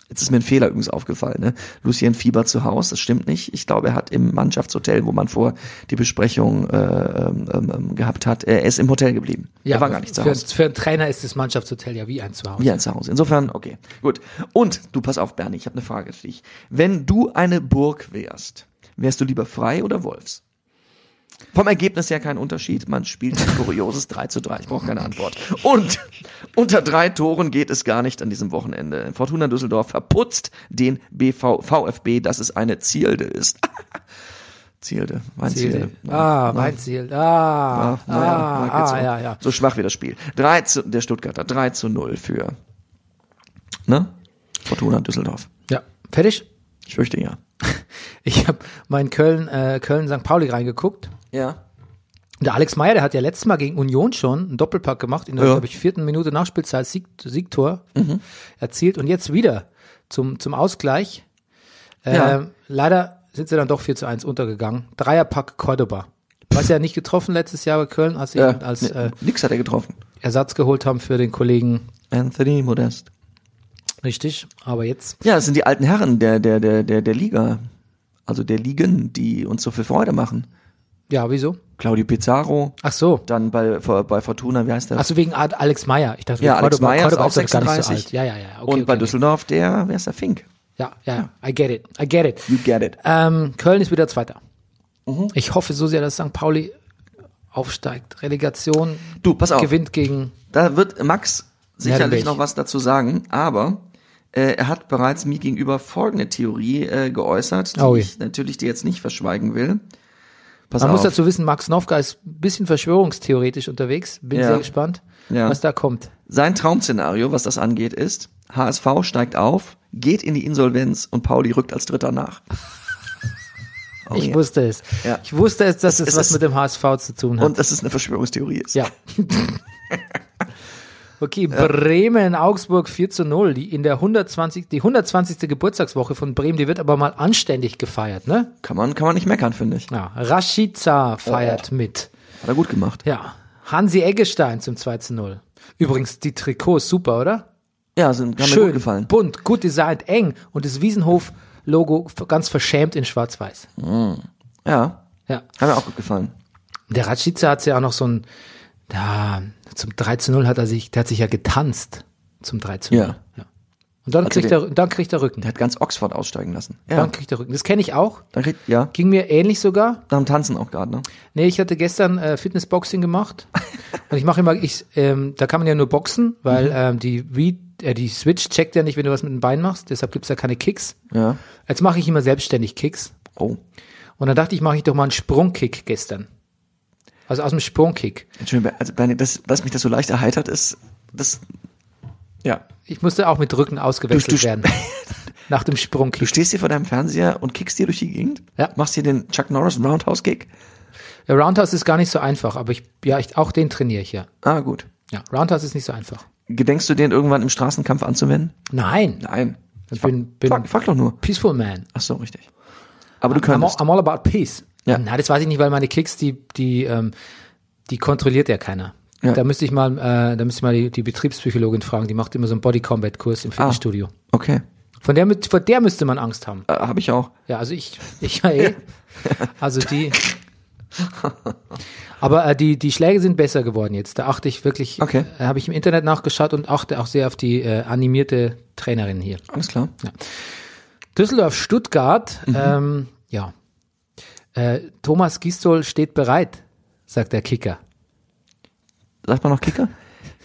S1: Jetzt ist mir ein Fehler übrigens aufgefallen. Ne? Lucien Fieber zu Haus, das stimmt nicht. Ich glaube, er hat im Mannschaftshotel, wo man vor die Besprechung äh, ähm, ähm, gehabt hat, äh, er ist im Hotel geblieben. er war gar nicht zu
S2: für,
S1: Hause.
S2: für einen Trainer ist das Mannschaftshotel ja wie ein Zuhause.
S1: Ja, zu Hause. Insofern, okay, gut. Und du, pass auf, Bernie, ich habe eine Frage für dich. Wenn du eine Burg wärst, wärst du lieber frei oder Wolfs? Vom Ergebnis her kein Unterschied. Man spielt ein kurioses 3 zu 3. Ich brauche keine Antwort. Und unter drei Toren geht es gar nicht an diesem Wochenende. Fortuna Düsseldorf verputzt den BV, VfB, dass es eine Zielde ist. Zielde, Weinzielde.
S2: Ziel. Ah, mein Ziel. Ah, ah,
S1: naja,
S2: ah,
S1: geht's um.
S2: ja, ja.
S1: So schwach wie das Spiel. 3 zu, der Stuttgarter 3 zu 0 für ne? Fortuna Düsseldorf.
S2: Ja, fertig?
S1: Ich fürchte ja.
S2: Ich habe mein Köln, äh, Köln St. Pauli reingeguckt.
S1: Ja.
S2: Der Alex Meyer, der hat ja letztes Mal gegen Union schon einen Doppelpack gemacht, in der,
S1: Ja. Mhm.
S2: glaube ich, vierten Minute Nachspielzeit Sieg, Siegtor erzielt und jetzt wieder zum, zum Ausgleich. Ähm,
S1: Ja.
S2: Leider sind sie dann doch 4 zu 1 untergegangen. Dreierpack Cordoba. Was ja nicht getroffen letztes Jahr bei Köln, als sie
S1: ja.
S2: ihn als
S1: nee,
S2: äh,
S1: ne, nix hat er getroffen.
S2: Ersatz geholt haben für den Kollegen.
S1: Anthony Modest.
S2: Richtig, aber jetzt
S1: Ja, das sind die alten Herren der, der, der, der, der Liga. Also der Ligen, die uns so viel Freude machen.
S2: Ja, wieso?
S1: Claudio Pizarro,
S2: Ach so.
S1: dann bei, bei Fortuna, wie heißt der?
S2: Ach so, wegen Ad- Alex Meyer. Ich dachte,
S1: Ja,
S2: wegen
S1: Alex
S2: Cordoba-
S1: Meyer ist
S2: Cordoba
S1: auch
S2: doch gar nicht
S1: 36.
S2: So alt. Ja, ja, ja. Okay,
S1: Und bei
S2: okay,
S1: Düsseldorf, der, wer ist der? Fink.
S2: Ja, ja, ja. I get it. I get it.
S1: You get it.
S2: Ähm, Köln ist wieder Zweiter.
S1: Mhm.
S2: Ich hoffe so sehr, dass St. Pauli aufsteigt. Relegation
S1: Du, pass auf.
S2: gewinnt gegen.
S1: Da wird Max sicherlich
S2: Nervenbech.
S1: noch was dazu sagen, aber äh, er hat bereits mir gegenüber folgende Theorie äh, geäußert, die
S2: Oh je.
S1: ich natürlich dir jetzt nicht verschweigen will. Pass
S2: Man
S1: auf.
S2: muss dazu wissen, Max Nowka ist ein bisschen verschwörungstheoretisch unterwegs. Bin
S1: Ja.
S2: sehr gespannt,
S1: Ja.
S2: was da kommt.
S1: Sein Traumszenario, was das angeht, ist, HSV steigt auf, geht in die Insolvenz und Pauli rückt als Dritter nach. Oh
S2: ich
S1: ja.
S2: wusste es.
S1: Ja.
S2: Ich wusste es, dass es,
S1: es
S2: was
S1: ist-
S2: mit dem HSV zu tun hat.
S1: Und dass es eine Verschwörungstheorie ist.
S2: Ja. Okay, Bremen, Augsburg 4 zu 0. Die in der 120, die 120. Geburtstagswoche von Bremen, die wird aber mal anständig gefeiert, ne?
S1: Kann man, kann man nicht meckern, finde ich.
S2: Ja, Rashica
S1: Oh
S2: feiert mit.
S1: Hat er gut gemacht.
S2: Ja, Hansi Eggestein zum 2 zu 0. Übrigens, die Trikots super, oder?
S1: Ja, sind, haben mir
S2: Schön,
S1: gut gefallen.
S2: bunt, gut designt, eng und das Wiesenhof-Logo f- ganz verschämt in schwarz-weiß.
S1: Ja,
S2: Ja,
S1: haben mir auch gut gefallen.
S2: der Rashica hat ja auch noch so ein, da, zum 3 zu 0 hat er sich, der hat sich ja getanzt zum 3 zu 0.
S1: Ja.
S2: Und dann kriegt,
S1: der-
S2: er, dann kriegt er Rücken.
S1: Der hat ganz Oxford aussteigen lassen.
S2: Dann kriegt er Rücken. Das kenne ich auch.
S1: Dann kriegt, ja.
S2: Ging mir ähnlich sogar.
S1: Dann tanzen auch gerade, ne?
S2: Nee, ich hatte gestern äh, Fitnessboxing gemacht. Und ich mache immer, ich, ähm, da kann man ja nur boxen,
S1: Mhm.
S2: weil ähm, die, Wii, äh, die Switch checkt ja nicht, wenn du was mit dem Bein machst. Deshalb gibt's da keine Kicks.
S1: Ja.
S2: Jetzt mache ich immer selbstständig Kicks.
S1: Oh.
S2: Und dann dachte ich, mache ich doch mal einen Sprungkick gestern. Also aus dem Sprungkick.
S1: Entschuldigung, also Bernie, das, dass mich das so leicht erheitert ist, das. Ja.
S2: Ich musste auch mit Rücken ausgewechselt
S1: Du- du-
S2: werden. Nach dem
S1: Du
S2: Sprungkick.
S1: stehst hier vor deinem Fernseher und kickst dir durch die Gegend,
S2: Ja.
S1: machst hier den Chuck Norris Roundhouse Kick.
S2: Der Äh, Roundhouse ist gar nicht so einfach, aber ich, ja, ich, auch den trainiere ich ja.
S1: Ah, gut.
S2: Ja, Roundhouse ist nicht so einfach.
S1: Gedenkst du den irgendwann im Straßenkampf anzuwenden?
S2: Nein.
S1: Nein.
S2: Ich bin, bin
S1: Frag, frag doch nur.
S2: Peaceful Man.
S1: Ach so, richtig. Aber du
S2: I'm all,
S1: könntest.
S2: I'm all about peace.
S1: Ja.
S2: Na, das weiß ich nicht, weil meine Kicks, die, die, ähm, die kontrolliert ja keiner.
S1: Ja.
S2: Da müsste ich mal, äh, da müsste ich mal die, die Betriebspsychologin fragen, die macht immer so einen Body Combat Kurs
S1: Ah.
S2: im Fitnessstudio.
S1: Okay.
S2: Von der, mit- vor der müsste man Angst haben.
S1: Äh, Habe ich auch.
S2: Ja, also ich, ich ja eh. Also die. Aber äh, die, die Schläge sind besser geworden jetzt. Da achte ich wirklich,
S1: Okay.
S2: äh, habe ich im Internet nachgeschaut und achte auch sehr auf die äh, animierte Trainerin hier.
S1: Alles klar.
S2: Düsseldorf, Stuttgart,
S1: Mhm.
S2: ähm, ja. Äh, Thomas Gistol steht bereit, sagt der Kicker.
S1: Sagt man noch Kicker?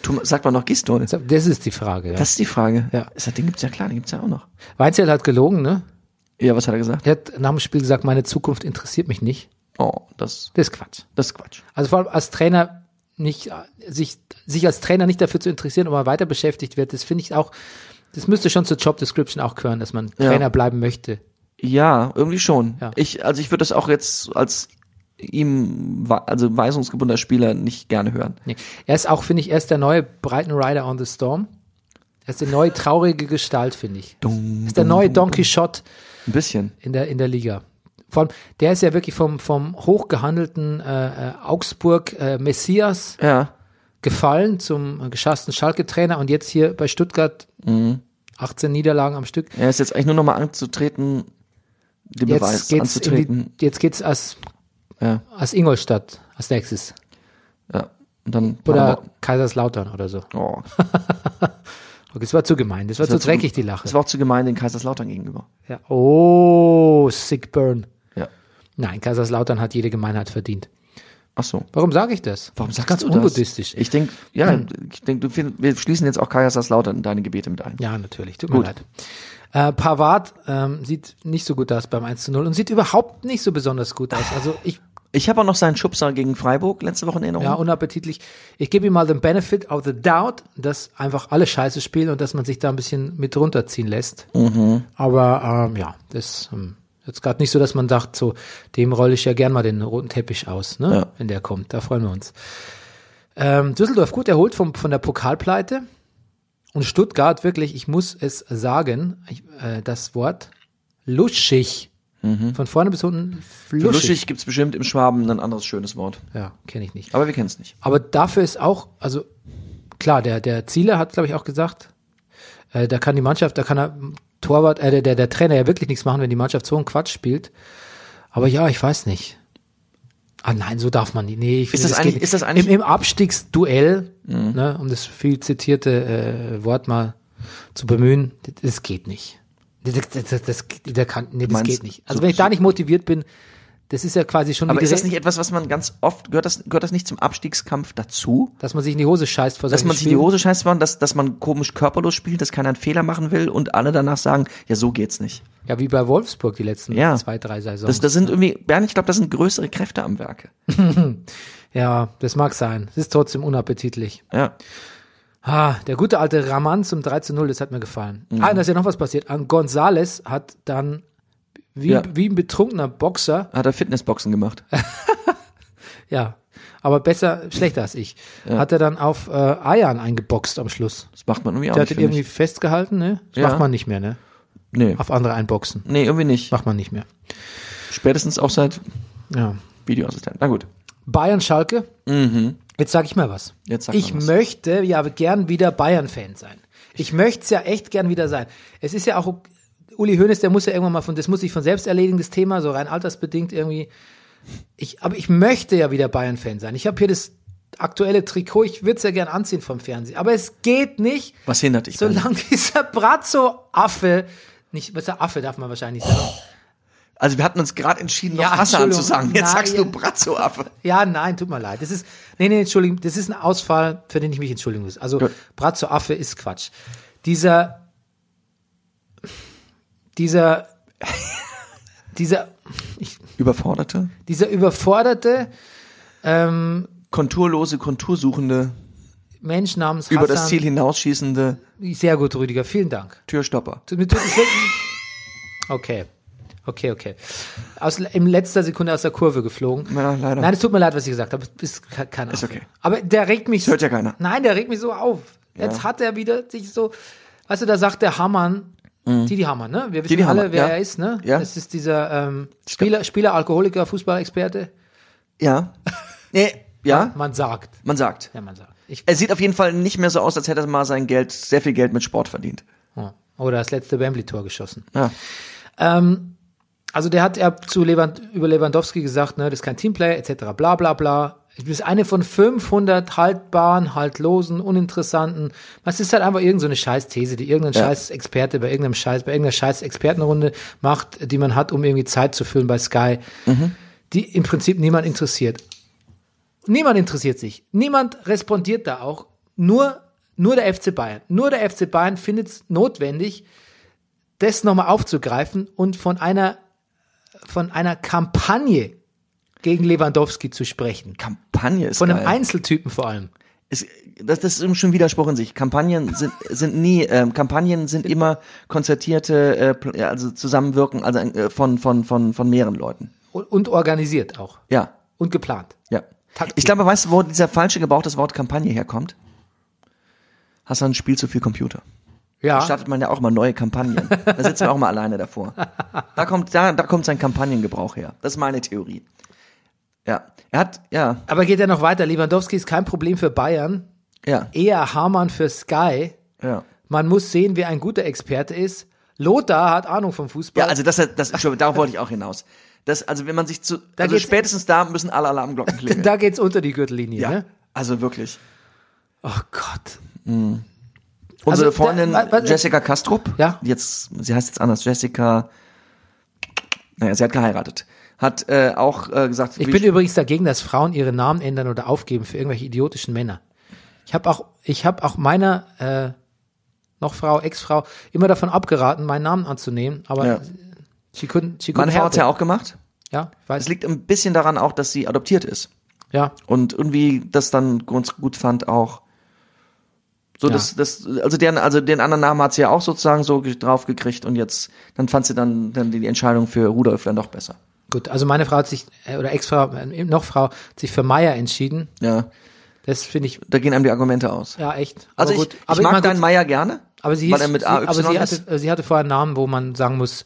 S1: Tu- Sagt man noch Gistol?
S2: So, Das ist die Frage. Ja.
S1: Das ist die Frage.
S2: Ja.
S1: Ist das Ding gibt's ja klar, den gibt's ja auch noch.
S2: Weinzell hat gelogen, ne?
S1: Ja, was hat er gesagt?
S2: Er hat nach dem Spiel gesagt, meine Zukunft interessiert mich nicht.
S1: Oh, das,
S2: Das ist Quatsch.
S1: das ist Quatsch.
S2: Also vor allem als Trainer nicht, äh, sich, sich als Trainer nicht dafür zu interessieren, ob man weiter beschäftigt wird, das finde ich auch, das müsste schon zur Job Description auch gehören, dass man
S1: Ja.
S2: Trainer bleiben möchte.
S1: Ja, irgendwie schon.
S2: Ja.
S1: Ich, also ich würde das auch jetzt als ihm, wa- also weisungsgebundener Spieler nicht gerne hören.
S2: Nee. Er ist auch, finde ich, er ist der neue Brighton Rider on the Storm. Er ist die neue traurige Gestalt, finde ich. ist der neue Don Quixote
S1: Ein bisschen.
S2: in der, in der Liga. Vor allem, der ist ja wirklich vom, vom hochgehandelten äh, äh, Augsburg äh, Messias
S1: Ja.
S2: gefallen zum äh, geschassten Schalke-Trainer und jetzt hier bei Stuttgart
S1: Mhm.
S2: 18 Niederlagen am Stück.
S1: Er ist jetzt eigentlich nur nochmal anzutreten, den
S2: Jetzt
S1: Beweis
S2: geht's, in
S1: anzutreten.
S2: die, jetzt geht's als,
S1: Ja.
S2: als Ingolstadt als nächstes.
S1: Ja. Und dann.
S2: Oder Kaiserslautern oder so.
S1: Oh,
S2: Okay, das war zu gemein, das war
S1: Das war
S2: zu
S1: zu gem-
S2: dreckig, die Lache.
S1: das war auch zu gemein den Kaiserslautern gegenüber.
S2: Ja. Oh, sick burn.
S1: Ja.
S2: Nein, Kaiserslautern hat jede Gemeinheit verdient.
S1: Ach so.
S2: Warum sage ich das?
S1: Warum
S2: Das
S1: sagst
S2: ist ganz
S1: du
S2: unbuddhistisch.
S1: das? Ich denke, ja, ich denke, wir schließen jetzt auch Kaiserslautern in deine Gebete mit ein.
S2: Ja, natürlich. Tut mir leid. Äh, Pavard ähm, sieht nicht so gut aus beim 1 zu 0 und sieht überhaupt nicht so besonders gut aus. Also ich,
S1: Ich habe auch noch seinen Schubser gegen Freiburg letzte Woche in Erinnerung.
S2: ja, unappetitlich. Ich gebe ihm mal den Benefit of the doubt, dass einfach alle scheiße spielen und dass man sich da ein bisschen mit runterziehen lässt.
S1: Mhm.
S2: Aber ähm, ja, das ähm, jetzt gerade nicht so, dass man sagt, so, dem rolle ich ja gern mal den roten Teppich aus, ne?
S1: Ja.
S2: wenn der kommt. Da freuen wir uns. Ähm, Düsseldorf gut erholt vom, von der Pokalpleite. Und Stuttgart wirklich, ich muss es sagen, ich, äh, das Wort luschig. Von vorne bis unten
S1: Mhm. Für
S2: luschig.
S1: Luschig gibt's bestimmt im Schwaben ein anderes schönes Wort.
S2: Ja, kenne ich nicht.
S1: Aber wir kennen es nicht.
S2: Aber dafür ist auch, also klar, der, der Ziele hat, glaube ich, auch gesagt, äh, da kann die Mannschaft, da kann er m, Torwart, äh, der- der, der Trainer ja wirklich nichts machen, wenn die Mannschaft so einen Quatsch spielt. Aber ja, ich weiß nicht. Ah nein, so darf man nicht. Nee, ich
S1: Ist das eigentlich-
S2: geht-
S1: ist das eigentlich- Mhm.
S2: im, im Abstiegsduell, ne, um das viel zitierte äh, Wort mal zu bemühen, das, das geht nicht. Das, das, das, das, der kann, nee, das
S1: meinst,
S2: geht nicht. Also
S1: so-
S2: wenn ich
S1: so-
S2: da nicht motiviert bin, das ist ja quasi schon
S1: Aber
S2: wie
S1: ist das
S2: direkt,
S1: nicht etwas, was man ganz oft, gehört das, gehört das nicht zum Abstiegskampf dazu?
S2: dass man sich in die Hose scheißt vor
S1: Dass
S2: solchen
S1: man sich in die
S2: Spielen?
S1: Hose scheißt waren, dass, dass man komisch körperlos spielt, dass keiner einen Fehler machen will und alle danach sagen, ja, so geht's nicht.
S2: Ja, wie bei Wolfsburg die letzten
S1: Ja.
S2: zwei, drei Saisons.
S1: Das, das sind irgendwie, Bernd, ich glaube, das sind größere Kräfte am Werke.
S2: ja, das mag sein. Es ist trotzdem unappetitlich.
S1: Ja.
S2: Ah, der gute alte Raman zum 3 zu 0, das hat mir gefallen.
S1: Mhm.
S2: Ah, da ist ja noch was passiert. An Gonzales hat dann wie,
S1: Ja.
S2: wie ein betrunkener Boxer
S1: Hat er Fitnessboxen gemacht.
S2: Äh, Ja, aber besser, schlechter als ich. Hat er dann auf äh, Ayan eingeboxt am Schluss.
S1: Das macht man irgendwie auch
S2: Der hat
S1: nicht.
S2: ihn
S1: finde
S2: irgendwie festgehalten, ne? Das
S1: Ja.
S2: macht man nicht mehr, ne?
S1: ich. Nee.
S2: Auf andere einboxen.
S1: nee, irgendwie nicht.
S2: Macht man nicht mehr.
S1: Spätestens auch seit
S2: Ja.
S1: Videoassistent. Na gut.
S2: Bayern Schalke. Jetzt sage ich mal was.
S1: Mhm. Jetzt sag mal
S2: ich
S1: was.
S2: möchte ja gern wieder Bayern-Fan sein. Ich möchte es ja echt gern wieder sein. Es ist ja auch, ok- Uli Hoeneß, der muss ja irgendwann mal von, das muss sich von selbst erledigen, das Thema, so rein altersbedingt irgendwie. Ich, aber ich möchte ja wieder Bayern-Fan sein. Ich habe hier das aktuelle Trikot, ich würde es ja gern anziehen vom Fernsehen. Aber es geht nicht,
S1: Was hindert dich? daran?
S2: solange dieser Brazzo-Affe, nicht, was ist der Affe darf man wahrscheinlich sagen.
S1: Also wir hatten uns gerade entschieden, noch
S2: Ja,
S1: Hassan zu
S2: Entschuldigung.
S1: sagen. Jetzt
S2: Na,
S1: sagst
S2: ja.
S1: du Brazzo-Affe.
S2: Ja, nein, tut mir leid. Das ist, nee, nee, Entschuldigung, das ist ein Ausfall, für den ich mich entschuldigen muss. Also, Brazzo Affe ist Quatsch. Dieser, dieser, dieser, ich,
S1: Überforderte,
S2: dieser überforderte ähm,
S1: konturlose, kontursuchende,
S2: Mensch namens Hassan.
S1: über das Ziel hinausschießende
S2: Sehr gut, Rüdiger, vielen Dank.
S1: Türstopper.
S2: Tut mir- tut- es wird- Okay. Okay, okay. Aus, in letzter Sekunde aus der Kurve geflogen.
S1: Na, leider.
S2: Nein, es tut mir leid, was ich gesagt habe. Es Ist ke- kein Affe.
S1: okay.
S2: Aber der regt mich.
S1: hört ja keiner.
S2: Nein, der regt mich so auf. Jetzt hat er wieder sich so. Weißt du, da sagt der Hammann, Didi Hammann, ne? Wir wissen
S1: Mhm. Didi
S2: alle,
S1: Hamann,
S2: wer
S1: ja.
S2: er ist, ne?
S1: Ja.
S2: Das ist dieser ähm, Spieler, Spieler, Alkoholiker, Fußballexperte.
S1: Ja. Nee, ja,
S2: Man sagt.
S1: man sagt.
S2: Ja, man sagt. Ich,
S1: Er sieht auf jeden Fall nicht mehr so aus, als hätte er mal sein Geld, sehr viel Geld mit Sport verdient.
S2: oh. Oder das letzte Wembley-Tor geschossen.
S1: Ja.
S2: Ähm, also der hat ja zu Lewand, über Lewandowski gesagt, ne, das ist kein Teamplayer etc. Bla bla bla. Ich bin eine von 500 haltbaren, haltlosen, uninteressanten. Es ist halt einfach irgendeine so eine scheiß These, die irgendein
S1: Ja.
S2: scheiß Experte bei irgendeinem scheiß, bei irgendeiner scheiß Expertenrunde macht, die man hat, um irgendwie Zeit zu füllen bei Sky, die im Prinzip niemand interessiert. Niemand interessiert sich. Niemand respondiert da auch. Nur, nur der FC Bayern. Nur der FC Bayern findet es notwendig, das nochmal aufzugreifen und von einer, von einer Kampagne gegen Lewandowski zu sprechen.
S1: Kampagne ist
S2: Von einem
S1: geil.
S2: Einzeltypen vor allem.
S1: ist, das, das ist schon ein Widerspruch in sich. Kampagnen sind, sind nie, ähm, Kampagnen sind immer konzertierte, äh, pl- ja, also Zusammenwirken also, äh, von, von, von, von mehreren Leuten.
S2: Und, und organisiert auch.
S1: Ja,
S2: Und geplant.
S1: ja.
S2: Taktik.
S1: Ich glaube, weißt du, wo dieser falsche Gebrauch des Wort Kampagne herkommt? Hast du ein Spiel zu viel Computer?
S2: Ja.
S1: Startet man ja auch mal neue Kampagnen. Da sitzt man auch mal alleine davor. Da kommt, da, da kommt sein Kampagnengebrauch her. Das ist meine Theorie. Ja. Er hat, ja,
S2: Aber geht ja noch weiter. Lewandowski ist kein Problem für Bayern.
S1: ja,
S2: Eher Hamann für Sky.
S1: ja.
S2: Man muss sehen, wer ein guter Experte ist. Lothar hat Ahnung vom Fußball.
S1: Ja, also das, das, Entschuldigung, darauf wollte ich auch hinaus. Das, also wenn man sich zu, also
S2: geht's-
S1: spätestens da müssen alle Alarmglocken klingeln.
S2: da geht's unter die Gürtellinie,
S1: also- ja,
S2: ne?
S1: also wirklich.
S2: Oh Gott.
S1: Hm. Unsere
S2: Also, da-
S1: Freundin
S2: wa- wa-
S1: Jessica Kastrup,
S2: Ja.
S1: jetzt, sie heißt jetzt anders, Jessica, naja, sie hat geheiratet, hat äh, auch äh, gesagt,
S2: Ich
S1: wie-
S2: bin übrigens dagegen, dass Frauen ihre Namen ändern oder aufgeben für irgendwelche idiotischen Männer. Ich habe auch, ich habe auch meiner äh, noch Frau, Ex-Frau immer davon abgeraten, meinen Namen anzunehmen. Aber
S1: Ja.
S2: she couldn't, she couldn't
S1: meine Frau hat
S2: help
S1: ja
S2: it.
S1: auch gemacht.
S2: Ja, ich
S1: Es
S2: weiß.
S1: liegt ein bisschen daran auch, dass sie adoptiert ist
S2: Ja,
S1: und irgendwie das dann ganz gut fand auch. So,
S2: Ja.
S1: das, das, also deren, also den anderen Namen hat sie ja auch sozusagen so ge- drauf gekriegt und jetzt, dann fand sie dann, dann die Entscheidung für Rudolf dann doch besser.
S2: gut. Also meine Frau hat sich äh, oder Ex-Frau, äh, noch Frau, hat sich für Meier entschieden.
S1: Ja,
S2: Das finde ich
S1: da gehen einem die Argumente aus.
S2: ja echt.
S1: Also
S2: aber
S1: ich,
S2: gut.
S1: ich
S2: ich
S1: mag
S2: mein,
S1: deinen
S2: gut,
S1: Meier gerne,
S2: aber sie hieß,
S1: weil er mit
S2: sie,
S1: AY
S2: aber sie
S1: ist.
S2: hatte, sie hatte vorher einen Namen, wo man sagen muss,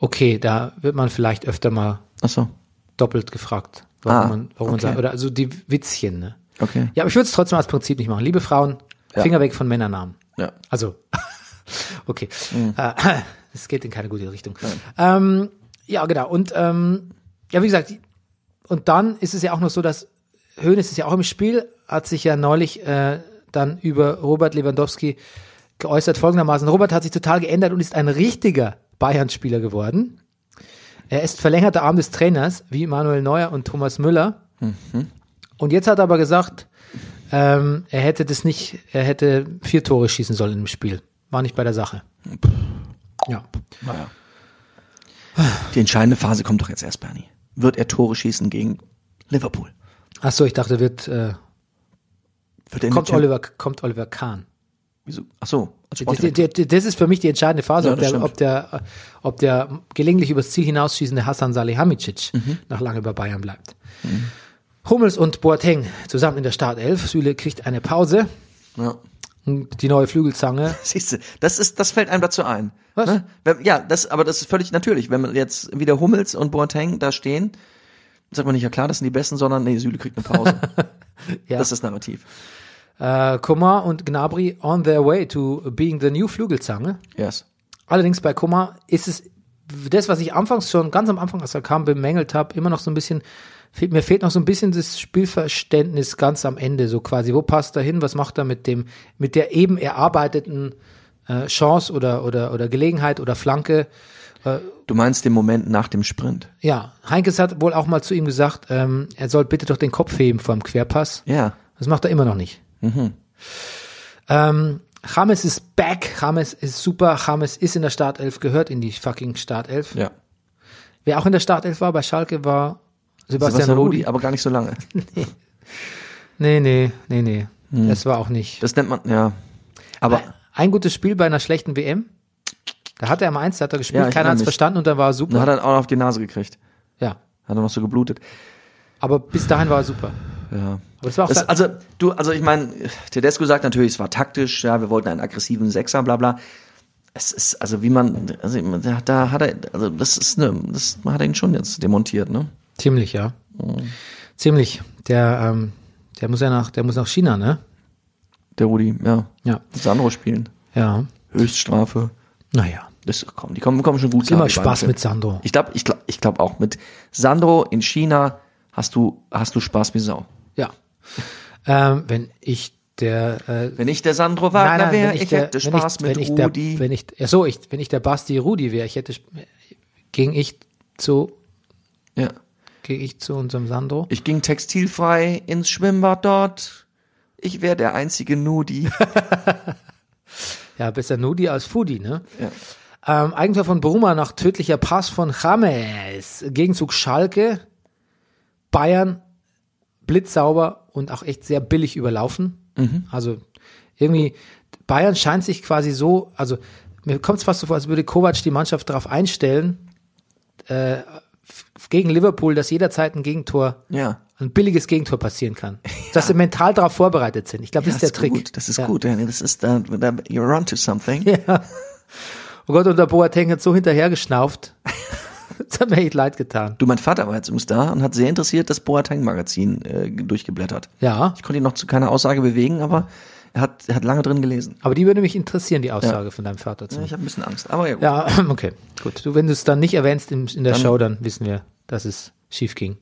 S2: okay, da wird man vielleicht öfter mal
S1: Achso,
S2: doppelt gefragt, warum
S1: Ah,
S2: man, warum man
S1: okay.
S2: sagt, oder also die Witzchen, ne?
S1: okay.
S2: Ja, aber ich würde es trotzdem als Prinzip nicht machen. Liebe Frauen, Finger weg von Männernamen.
S1: Ja.
S2: Also, okay. Äh, Es geht in keine gute Richtung. Ähm, ja, genau. Und ähm, ja, wie gesagt, und dann ist es ja auch noch so, dass Hönes ist ja auch im Spiel, hat sich ja neulich äh, dann über Robert Lewandowski geäußert folgendermaßen. Robert hat sich total geändert und ist ein richtiger Bayern-Spieler geworden. Er ist verlängerter Arm des Trainers, wie Manuel Neuer und Thomas Müller. Und jetzt hat er aber gesagt, ähm, er hätte das nicht, er hätte vier Tore schießen sollen im Spiel. War nicht bei der Sache. Ja.
S1: Die entscheidende Phase kommt doch jetzt erst, Bernie. Wird er Tore schießen gegen Liverpool?
S2: Ach so, ich dachte, wird äh,
S1: Wird er in
S2: kommt
S1: der Champ-
S2: Oliver kommt Oliver Kahn.
S1: Wieso? Ach so, als
S2: Das,
S1: Sportdirektor.
S2: das, das ist für mich die entscheidende Phase,
S1: Ja,
S2: ob,
S1: das
S2: der, ob, der, ob der gelegentlich übers Ziel hinausschießende Hassan Salihamidzic
S1: Mhm.
S2: noch lange bei Bayern bleibt. Hummels und Boateng zusammen in der Startelf. Süle kriegt eine Pause.
S1: Ja.
S2: Und die neue Flügelzange.
S1: Siehst du, das ist, das fällt einem dazu ein.
S2: Was?
S1: Ne? Wenn, ja, das, aber das ist völlig natürlich. Wenn man jetzt wieder Hummels und Boateng da stehen, sagt man nicht, ja klar, das sind die Besten, sondern nee, Süle kriegt eine Pause.
S2: Ja.
S1: Das ist das Narrativ.
S2: Äh, Coman und Gnabry on their way to being the new Flügelzange.
S1: Yes.
S2: Allerdings bei Kummer ist es das, was ich anfangs schon, ganz am Anfang, als er kam, bemängelt habe, immer noch so ein bisschen, fehlt, mir fehlt noch so ein bisschen das Spielverständnis ganz am Ende, so quasi, wo passt er hin, was macht er mit dem, mit der eben erarbeiteten äh, Chance oder, oder, oder Gelegenheit oder Flanke.
S1: Du meinst den Moment nach dem Sprint.
S2: Ja, Heinkes hat wohl auch mal zu ihm gesagt, ähm, er soll bitte doch den Kopf heben vor dem Querpass.
S1: Ja.
S2: Das macht er immer noch nicht. Ähm, James ist back, James ist super, James ist in der Startelf, gehört in die fucking Startelf.
S1: Ja.
S2: Wer auch in der Startelf war bei Schalke war Sebastian,
S1: Sebastian
S2: Rudi.
S1: Rudi, aber gar nicht so lange.
S2: Nee, nee, nee, nee.
S1: Hm.
S2: Das war auch nicht.
S1: Das nennt man, ja. Aber
S2: Ein gutes Spiel bei einer schlechten WM. Da hat er am 1, da hat er gespielt,
S1: Ja, ich
S2: keiner
S1: erinnere
S2: hat es
S1: mich.
S2: verstanden und dann war er super.
S1: dann hat er auch noch auf die Nase gekriegt.
S2: ja.
S1: Hat er noch so geblutet.
S2: Aber bis dahin war er super.
S1: Ja.
S2: Aber das war auch
S1: Das,
S2: sein-
S1: also, du, also ich meine, Tedesco sagt natürlich, es war taktisch, ja, wir wollten einen aggressiven Sechser, bla bla. Es ist, also wie man, also da, da hat er, also das ist eine, das hat er ihn schon jetzt demontiert, ne?
S2: ziemlich, ja.
S1: Hm.
S2: Ziemlich. Der, ähm, der muss ja nach, der muss nach China, ne?
S1: Der Rudi, ja.
S2: Ja.
S1: Sandro spielen.
S2: Ja.
S1: Höchststrafe.
S2: Naja.
S1: Das komm, die kommen, kommen schon gut
S2: Immer
S1: die beiden
S2: Spaß
S1: Filme.
S2: mit Sandro.
S1: Ich glaube, ich glaube, ich glaube auch mit Sandro in China hast du, hast du Spaß wie Sau.
S2: Ja. Ähm, wenn ich der äh,
S1: Wenn ich der Sandro
S2: Nein,
S1: Wagner
S2: nein,
S1: wäre,
S2: wenn
S1: ich,
S2: ich der,
S1: hätte
S2: wenn
S1: Spaß
S2: ich,
S1: mit
S2: wenn ich der,
S1: Rudi.
S2: Wenn ich, ach so, ich, wenn ich der Basti Rudi wäre, ich hätte, sp- ging ich zu,
S1: ja.
S2: ging ich zu unserem Sandro.
S1: Ich ging textilfrei ins Schwimmbad dort. Ich wäre der einzige Nudi.
S2: Ja, besser Nudi als Fudi, ne?
S1: Ja.
S2: Ähm, Eigentor von Bruma nach tödlicher Pass von James. Gegenzug Schalke. Bayern blitzsauber und auch echt sehr billig überlaufen.
S1: Mhm.
S2: Also irgendwie, Bayern scheint sich quasi so, also mir kommt es fast so vor, als würde Kovac die Mannschaft darauf einstellen, äh, f- gegen Liverpool, dass jederzeit ein Gegentor,
S1: Ja.
S2: ein billiges Gegentor passieren kann. Dass sie mental darauf vorbereitet sind. Ich glaube, das ist der Trick.
S1: Gut. Das ist
S2: ja.
S1: gut. Daniel. Das ist, uh, you're onto something.
S2: Oh Gott, und der Boateng hat so hinterhergeschnauft. das hat mir echt leid getan.
S1: Du, mein Vater war jetzt übrigens da und hat sehr interessiert das Boateng-Magazin äh, durchgeblättert.
S2: Ja,
S1: Ich konnte ihn noch zu keiner Aussage bewegen, aber er hat, er hat lange drin gelesen.
S2: aber die würde mich interessieren, die Aussage von deinem Vater zu
S1: Ja,
S2: mir.
S1: Ich habe ein bisschen Angst, aber ja gut.
S2: Ja, okay, gut. Du, wenn du es dann nicht erwähnst in, in der Show, dann wissen wir, dass es schief ging.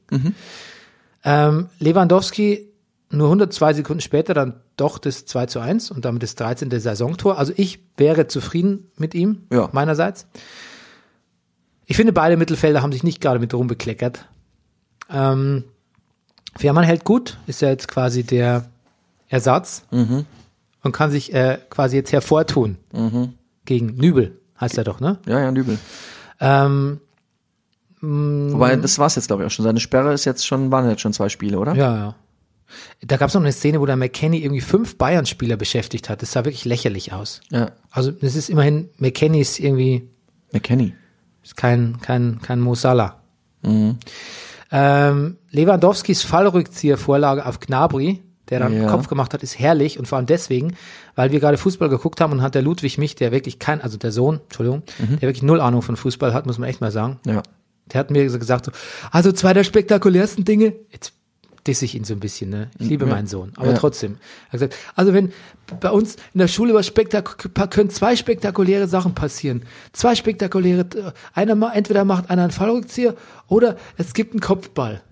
S2: Ähm, Lewandowski nur 102 Sekunden später dann doch das 2 zu 1 und damit das 13. Saisontor. Also ich wäre zufrieden mit ihm,
S1: Ja.
S2: meinerseits. Ich finde, beide Mittelfelder haben sich nicht gerade mit rumbekleckert. Ähm, Fährmann hält gut, ist ja jetzt quasi der Ersatz und kann sich äh, quasi jetzt hervortun gegen Nübel, heißt er doch, ne?
S1: Ja, ja, Nübel.
S2: Ähm, mm.
S1: Wobei, das war's jetzt, glaube ich, auch schon. Seine Sperre ist jetzt schon, waren jetzt schon zwei Spiele, oder?
S2: ja, ja. Da gab es noch eine Szene, wo der McKenny irgendwie fünf Bayern-Spieler beschäftigt hat. Das sah wirklich lächerlich aus.
S1: Ja.
S2: Also das ist immerhin, McKenny ist irgendwie
S1: McKenny.
S2: ist kein, kein, kein Mo Salah.
S1: Mhm.
S2: Ähm, Lewandowskis Fallrückziehervorlage auf Gnabry, der dann
S1: Ja.
S2: Kopf gemacht hat, ist herrlich und vor allem deswegen, weil wir gerade Fußball geguckt haben und hat der Ludwig mich, der wirklich kein, also der Sohn, Entschuldigung, der wirklich null Ahnung von Fußball hat, muss man echt mal sagen.
S1: Mhm. Ja.
S2: Der hat mir so gesagt, so, also zwei der spektakulärsten Dinge, jetzt disse ich ihn so ein bisschen, ne? Ich liebe meinen Sohn, aber
S1: Ja.
S2: trotzdem. Er hat gesagt, also wenn bei uns in der Schule was spektak können zwei spektakuläre Sachen passieren. Zwei äh, spektakuläre, einer ma- entweder macht einer einen Fallrückzieher oder es gibt einen Kopfball.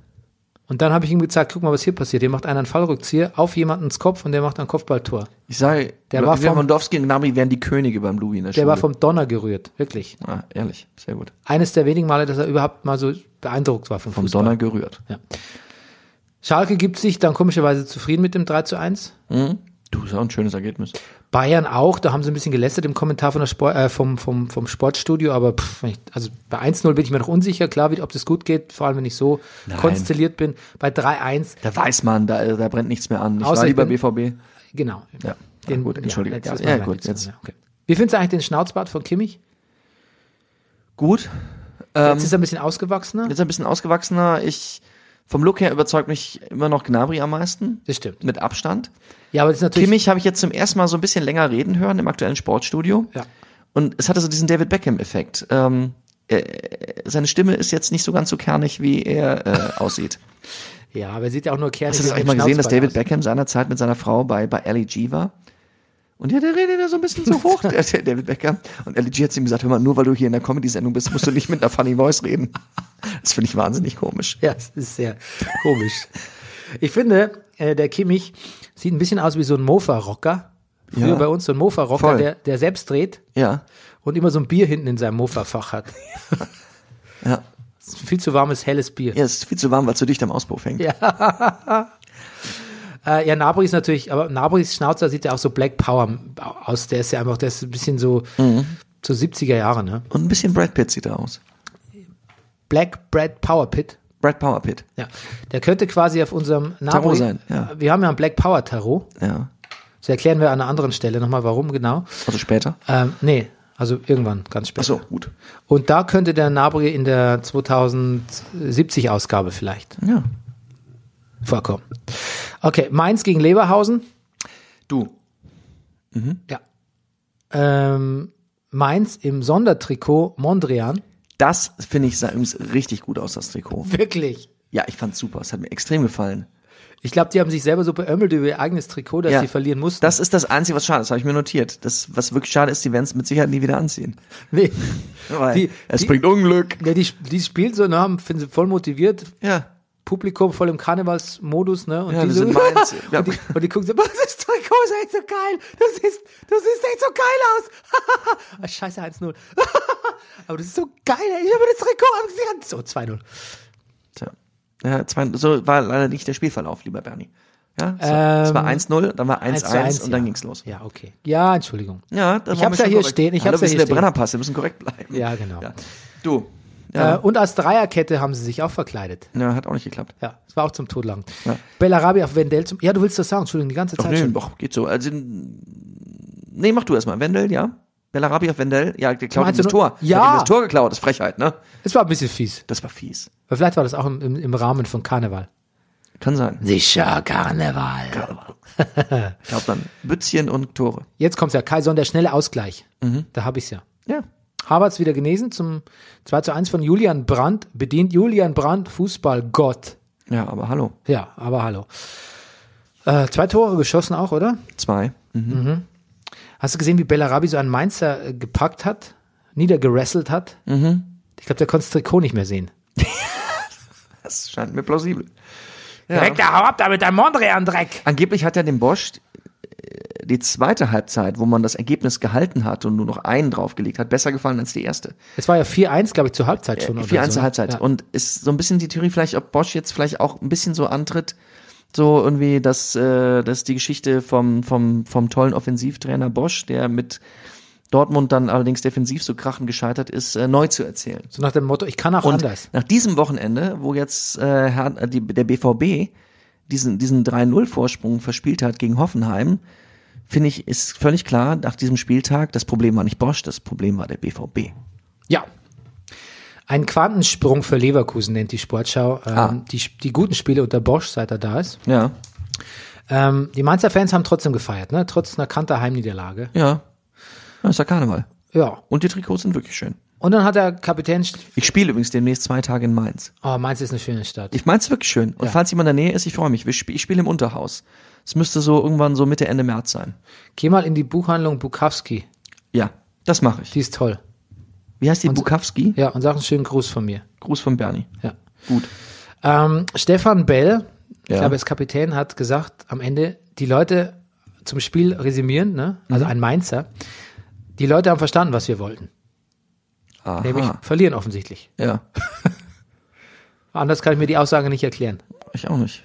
S2: Und dann habe ich ihm gezeigt, guck mal, was hier passiert. Hier macht einer einen Fallrückzieher auf jemandens Kopf und der macht ein Kopfballtor.
S1: Ich sage,
S2: Der war vom-
S1: Lewandowski und Gnabry wären die Könige beim Louis in der
S2: Der
S1: Schule.
S2: war vom Donner gerührt, wirklich.
S1: ah, ehrlich, sehr gut.
S2: Eines der wenigen Male, dass er überhaupt mal so beeindruckt war vom,
S1: Vom
S2: Fußball.
S1: Donner gerührt.
S2: Schalke gibt sich dann komischerweise zufrieden mit dem 3 zu 1.
S1: Hm? Du, ist auch ein schönes Ergebnis.
S2: Bayern auch, da haben sie ein bisschen gelästert im Kommentar von der Sport, äh, vom, vom, vom Sportstudio, aber pff, wenn ich, also bei 1-0 bin ich mir noch unsicher, klar, wie, ob das gut geht, vor allem wenn ich so konstelliert bin. Bei 3-1,
S1: Da weiß man, da, da brennt nichts mehr an. Ich
S2: Außer
S1: war
S2: ich
S1: lieber
S2: bin-
S1: BVB.
S2: genau.
S1: Ja, Na gut, entschuldige.
S2: jetzt ist
S1: ja,
S2: man-
S1: gut,
S2: jetzt-
S1: jetzt.
S2: ja, okay. Wie findest du eigentlich den Schnauzbart von Kimmich?
S1: Gut, Ähm,
S2: jetzt ist er ein bisschen ausgewachsener.
S1: jetzt ein bisschen ausgewachsener. Ich, vom Look her überzeugt mich immer noch Gnabry am meisten.
S2: Das stimmt.
S1: Mit Abstand.
S2: Ja, aber das ist natürlich.
S1: Kimmich habe ich jetzt zum ersten Mal so ein bisschen länger reden hören im aktuellen Sportstudio.
S2: Ja.
S1: Und es hatte so diesen David Beckham-Effekt. Ähm, äh, seine Stimme ist jetzt nicht so ganz so kernig, wie er äh, aussieht.
S2: Ja, aber er sieht ja auch nur kernig
S1: Hast du das
S2: mit
S1: eigentlich
S2: dem
S1: mal gesehen, dass
S2: Schnauzbart
S1: David
S2: aus.
S1: Beckham seinerzeit mit seiner Frau bei, bei Ali G war? Und ja, der redet ja so ein bisschen zu hoch, der, der David Beckham. Und Ali G hat zu ihm gesagt, hör mal, nur weil du hier in der Comedy-Sendung bist, musst du nicht mit einer funny voice reden. Das finde ich wahnsinnig komisch.
S2: Ja, es ist sehr komisch. Ich finde, äh, der Kimmich sieht ein bisschen aus wie so ein Mofa-Rocker. Früher
S1: Ja.
S2: bei uns so ein Mofa-Rocker,
S1: Voll.
S2: der, der selbst dreht
S1: Ja,
S2: und immer so ein Bier hinten in seinem Mofa-Fach hat.
S1: ja.
S2: Das ist ein viel zu warmes, helles Bier.
S1: Ja, es ist viel zu warm, weil es so dicht am Auspuff hängt. Ja.
S2: Äh, ja, Nabri ist natürlich, aber Nabris Schnauzer sieht ja auch so Black Power aus. Der ist ja einfach, der ist ein bisschen so,
S1: Mhm.
S2: so 70er Jahre, ne?
S1: Und ein bisschen Brad Pitt sieht er aus.
S2: Black Brad Power Pit.
S1: Brad Power Pitt.
S2: Ja, der könnte quasi auf unserem Nabri,
S1: Tarot sein, ja.
S2: Wir haben ja ein Black Power Tarot.
S1: Ja.
S2: Das erklären wir an einer anderen Stelle nochmal, warum genau.
S1: Also später.
S2: Ähm, nee, also irgendwann, ganz
S1: Ach
S2: spät.
S1: so, gut.
S2: Und da könnte der Nabri in der 2070-Ausgabe vielleicht
S1: Ja.
S2: vorkommen. Okay, Mainz gegen Leverhausen.
S1: Du.
S2: Ja. Ähm, Mainz im Sondertrikot Mondrian.
S1: Das finde ich sah übrigens richtig gut aus, das Trikot.
S2: Wirklich.
S1: Ja, ich fand's super. Es hat mir extrem gefallen.
S2: Ich glaube, die haben sich selber so beömmelt über ihr eigenes Trikot, dass
S1: Ja.
S2: sie verlieren mussten.
S1: Das ist das Einzige, was schade ist, habe ich mir notiert. Das, was wirklich schade ist, die werden es mit Sicherheit nie wieder anziehen.
S2: nee.
S1: Weil
S2: Die-
S1: es
S2: die-
S1: bringt Unglück.
S2: Ja, die, die spielen so, ne, haben, finden sie voll motiviert,
S1: Ja.
S2: Publikum voll im Karnevalsmodus, ne? Und
S1: Ja,
S2: die
S1: wir
S2: so,
S1: sind Mainz. Ja.
S2: und, die, und die gucken so, was ist Trikot, ist echt so geil. Du siehst, du siehst echt so geil aus. ah, scheiße, 1-0. Aber das ist so geil, ey. ich habe das Trikot angesehen.
S1: Tja. Ja, zwei, so war leider nicht der Spielverlauf, lieber Bernie. Ja, so,
S2: Ähm,
S1: es war 1-0, dann war 1-1
S2: So, 1-1,
S1: und dann
S2: ja.
S1: ging's los.
S2: Ja, okay. Ja, Entschuldigung.
S1: Ja, da
S2: Ich
S1: waren
S2: hab's
S1: wir
S2: ja
S1: schon
S2: hier
S1: korrekt.
S2: stehen, ich
S1: Hallo,
S2: hab's ja
S1: wir sind
S2: hier
S1: der
S2: stehen.
S1: Brennerpass, wir müssen korrekt bleiben.
S2: Ja, genau.
S1: Du, ja,
S2: Äh, und als Dreierkette haben sie sich auch verkleidet.
S1: ja, hat auch nicht geklappt.
S2: Ja, es war auch zum Tod lang.
S1: Ja.
S2: Bellarabi auf Wendell zum. Ja, du willst das sagen, Entschuldigung, die ganze
S1: Doch,
S2: Zeit
S1: nee,
S2: schon.
S1: doch, geht so. Also, nee, mach du erstmal. Wendel, ja. Bellarabi auf Wendell, ja, der klaut ihm
S2: Meinst du
S1: das
S2: nur-
S1: Tor.
S2: Ja.
S1: Der hat ihm Das Tor geklaut, das ist Frechheit, ne?
S2: Es war ein bisschen fies.
S1: Das war fies.
S2: Aber vielleicht war das auch im, im, im Rahmen von Karneval.
S1: Kann sein.
S2: Sicher Karneval.
S1: Ich glaube dann Bützchen und Tore.
S2: Jetzt kommt's ja, Kaison, der schnelle Ausgleich. Da hab ich's ja.
S1: Ja.
S2: Havertz wieder genesen zum 2 zu 1 von Julian Brandt, bedient Julian Brandt, Fußballgott.
S1: Ja, aber hallo.
S2: Ja, aber hallo. Äh, zwei Tore geschossen auch, oder?
S1: Zwei.
S2: Hast du gesehen, wie Bellarabi so einen Mainzer äh, gepackt hat, niedergerasselt hat? Ich glaube, der konnte das Trikot nicht mehr sehen.
S1: Das scheint mir plausibel.
S2: Direkt da, hau ab da mit deinem Mondrian-Dreck.
S1: Angeblich hat ja dem Bosch äh, die zweite Halbzeit, wo man das Ergebnis gehalten hat und nur noch einen draufgelegt hat, besser gefallen als die erste.
S2: Es war ja 4-1, glaube ich, zur Halbzeit schon. oder
S1: 4 1
S2: so. ne?
S1: zur Halbzeit.
S2: Ja.
S1: Und ist so ein bisschen die Theorie vielleicht, ob Bosch jetzt vielleicht auch ein bisschen so antritt, so irgendwie, dass, äh, dass die Geschichte vom, vom, vom tollen Offensivtrainer Bosch, der mit Dortmund dann allerdings defensiv so krachen gescheitert ist, äh, neu zu erzählen.
S2: so nach dem Motto, ich kann auch
S1: Und
S2: anders.
S1: nach diesem Wochenende, wo jetzt äh, Herr, äh, die, der BVB diesen, diesen 3-0-Vorsprung verspielt hat gegen Hoffenheim, finde ich, ist völlig klar, nach diesem Spieltag, das Problem war nicht Bosch, das Problem war der BVB.
S2: Ja. Ein Quantensprung für Leverkusen nennt die Sportschau. Ähm,
S1: Ah.
S2: die, die guten Spiele unter Bosch, seit er da ist.
S1: Ja,
S2: Ähm, die Mainzer Fans haben trotzdem gefeiert, ne? trotz einer kanter Heimniederlage.
S1: ja. Das ist ja Karneval.
S2: Ja.
S1: Und die Trikots sind wirklich schön.
S2: Und dann hat der Kapitän,
S1: Ich spiele übrigens demnächst zwei Tage in Mainz.
S2: oh, Mainz ist eine schöne Stadt.
S1: Ich meine es wirklich schön. Und falls jemand in der Nähe ist, ich freue mich. Wir sp- Ich spiele im Unterhaus. Es müsste so irgendwann so Mitte, Ende März sein.
S2: Geh mal in die Buchhandlung Bukowski,
S1: Ja, das mache ich.
S2: die ist toll.
S1: Wie heißt die? Bukowski?
S2: Ja, und sag einen schönen Gruß von mir.
S1: Gruß von Bernie.
S2: Ja.
S1: Gut.
S2: Ähm, Stefan Bell, ich
S1: Ja.
S2: glaube, er ist Kapitän, hat gesagt am Ende, die Leute zum Spiel resümieren, ne? also
S1: Mhm.
S2: ein Mainzer, die Leute haben verstanden, was wir wollten.
S1: Aha.
S2: Nämlich verlieren offensichtlich.
S1: Ja,
S2: Anders kann ich mir die Aussage nicht erklären.
S1: ich auch nicht.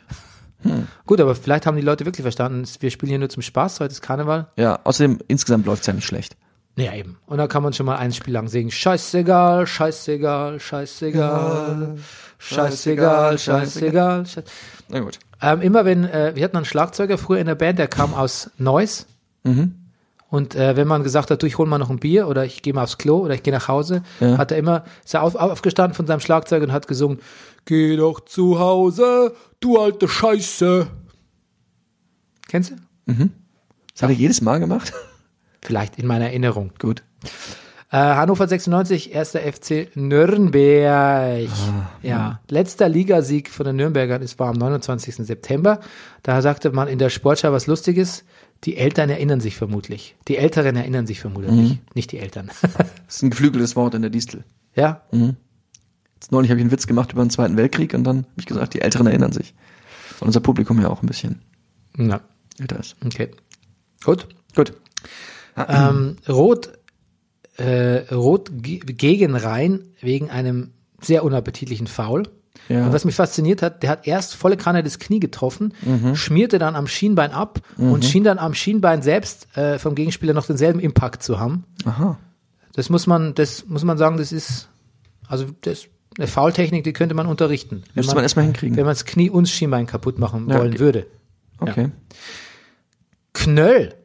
S2: Gut, aber vielleicht haben die Leute wirklich verstanden, wir spielen hier nur zum Spaß, heute ist Karneval.
S1: Ja, außerdem insgesamt läuft's ja nicht schlecht.
S2: Ja, eben. Und da kann man schon mal ein Spiel lang singen. Scheißegal, scheißegal, scheißegal, scheißegal, scheißegal. scheiß-
S1: Na gut.
S2: Ähm, immer wenn, äh, wir hatten einen Schlagzeuger früher in der Band, der kam aus Neuss. Und äh, wenn man gesagt hat, du, ich hol mal noch ein Bier oder ich gehe mal aufs Klo oder ich gehe nach Hause, hat er immer, ist er auf, aufgestanden von seinem Schlagzeug und hat gesungen, geh doch zu Hause, du alte Scheiße. Kennst du?
S1: Das hat er jedes Mal gemacht.
S2: Vielleicht in meiner Erinnerung.
S1: gut.
S2: Äh, Hannover 96, erster FC Nürnberg. ja, letzter Ligasieg von den Nürnbergern ist war am 29. September. Da sagte man in der Sportschau was Lustiges. Die Eltern erinnern sich vermutlich. Die Älteren erinnern sich vermutlich, nicht die Eltern.
S1: Das ist ein geflügeltes Wort in der Distel.
S2: ja,
S1: Jetzt neulich habe ich einen Witz gemacht über den Zweiten Weltkrieg und dann habe ich gesagt, die Älteren erinnern sich. Und unser Publikum ja auch ein bisschen
S2: na,
S1: älter ist.
S2: okay, gut.
S1: Gut.
S2: Ähm, Rot, äh, Rot ge- gegen Rhein wegen einem sehr unappetitlichen Foul.
S1: Ja.
S2: Und was mich fasziniert hat, der hat erst volle Kanne das Knie getroffen,
S1: Mhm.
S2: schmierte dann am Schienbein ab und schien dann am Schienbein selbst äh, vom Gegenspieler noch denselben Impact zu haben.
S1: Aha.
S2: Das muss man, das muss man sagen, das ist, also das eine Foultechnik, die könnte man unterrichten. Wenn
S1: Müsste man erstmal hinkriegen.
S2: Wenn man das Knie und das Schienbein kaputt machen
S1: Ja,
S2: wollen
S1: okay.
S2: würde.
S1: Okay.
S2: Knöll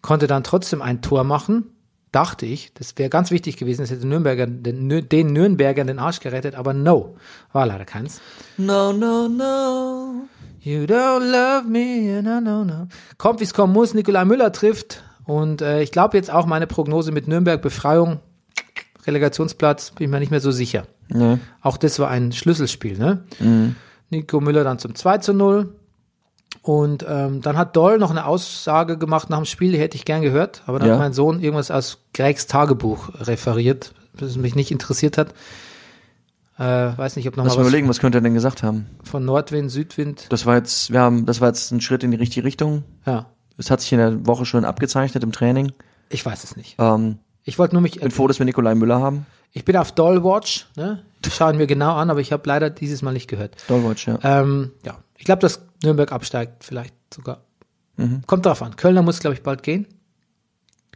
S2: konnte dann trotzdem ein Tor machen, dachte ich. Das wäre ganz wichtig gewesen. Das hätte Nürnberger, den, Nür- den Nürnbergern den Arsch gerettet, aber no. War leider keins.
S1: No, no, no.
S2: You don't love me, no, no, no. ne? Kommt, wie es kommen muss. Nikolai Müller trifft. Und äh, ich glaube jetzt auch meine Prognose mit Nürnberg, Befreiung, Relegationsplatz, bin ich mir nicht mehr so sicher.
S1: Nee. Mhm.
S2: Auch das war ein Schlüsselspiel, ne? Nico Müller dann zum 2 zu 0. Und ähm, dann hat Doll noch eine Aussage gemacht nach dem Spiel, die hätte ich gern gehört, aber dann
S1: Ja.
S2: hat mein Sohn irgendwas aus Gregs Tagebuch referiert, das mich nicht interessiert hat. Äh, weiß nicht, ob
S1: Lass
S2: nochmal
S1: mal
S2: was
S1: überlegen, was könnte er denn gesagt haben?
S2: von Nordwind, Südwind.
S1: Das war jetzt, wir haben, das war jetzt ein Schritt in die richtige Richtung.
S2: Ja,
S1: Es hat sich in der Woche schon abgezeichnet im Training.
S2: ich weiß es nicht.
S1: Ähm,
S2: Ich wollte nur mich.
S1: bin froh, dass wir Nikolai Müller haben.
S2: Ich bin auf Doll Watch, ne? Die schauen mir genau an, aber ich habe leider dieses Mal nicht gehört.
S1: Dolwatch, ja.
S2: Ähm, ja, ich glaube, dass Nürnberg absteigt, vielleicht sogar.
S1: Mhm.
S2: Kommt drauf an. Kölner muss, glaube ich, bald gehen.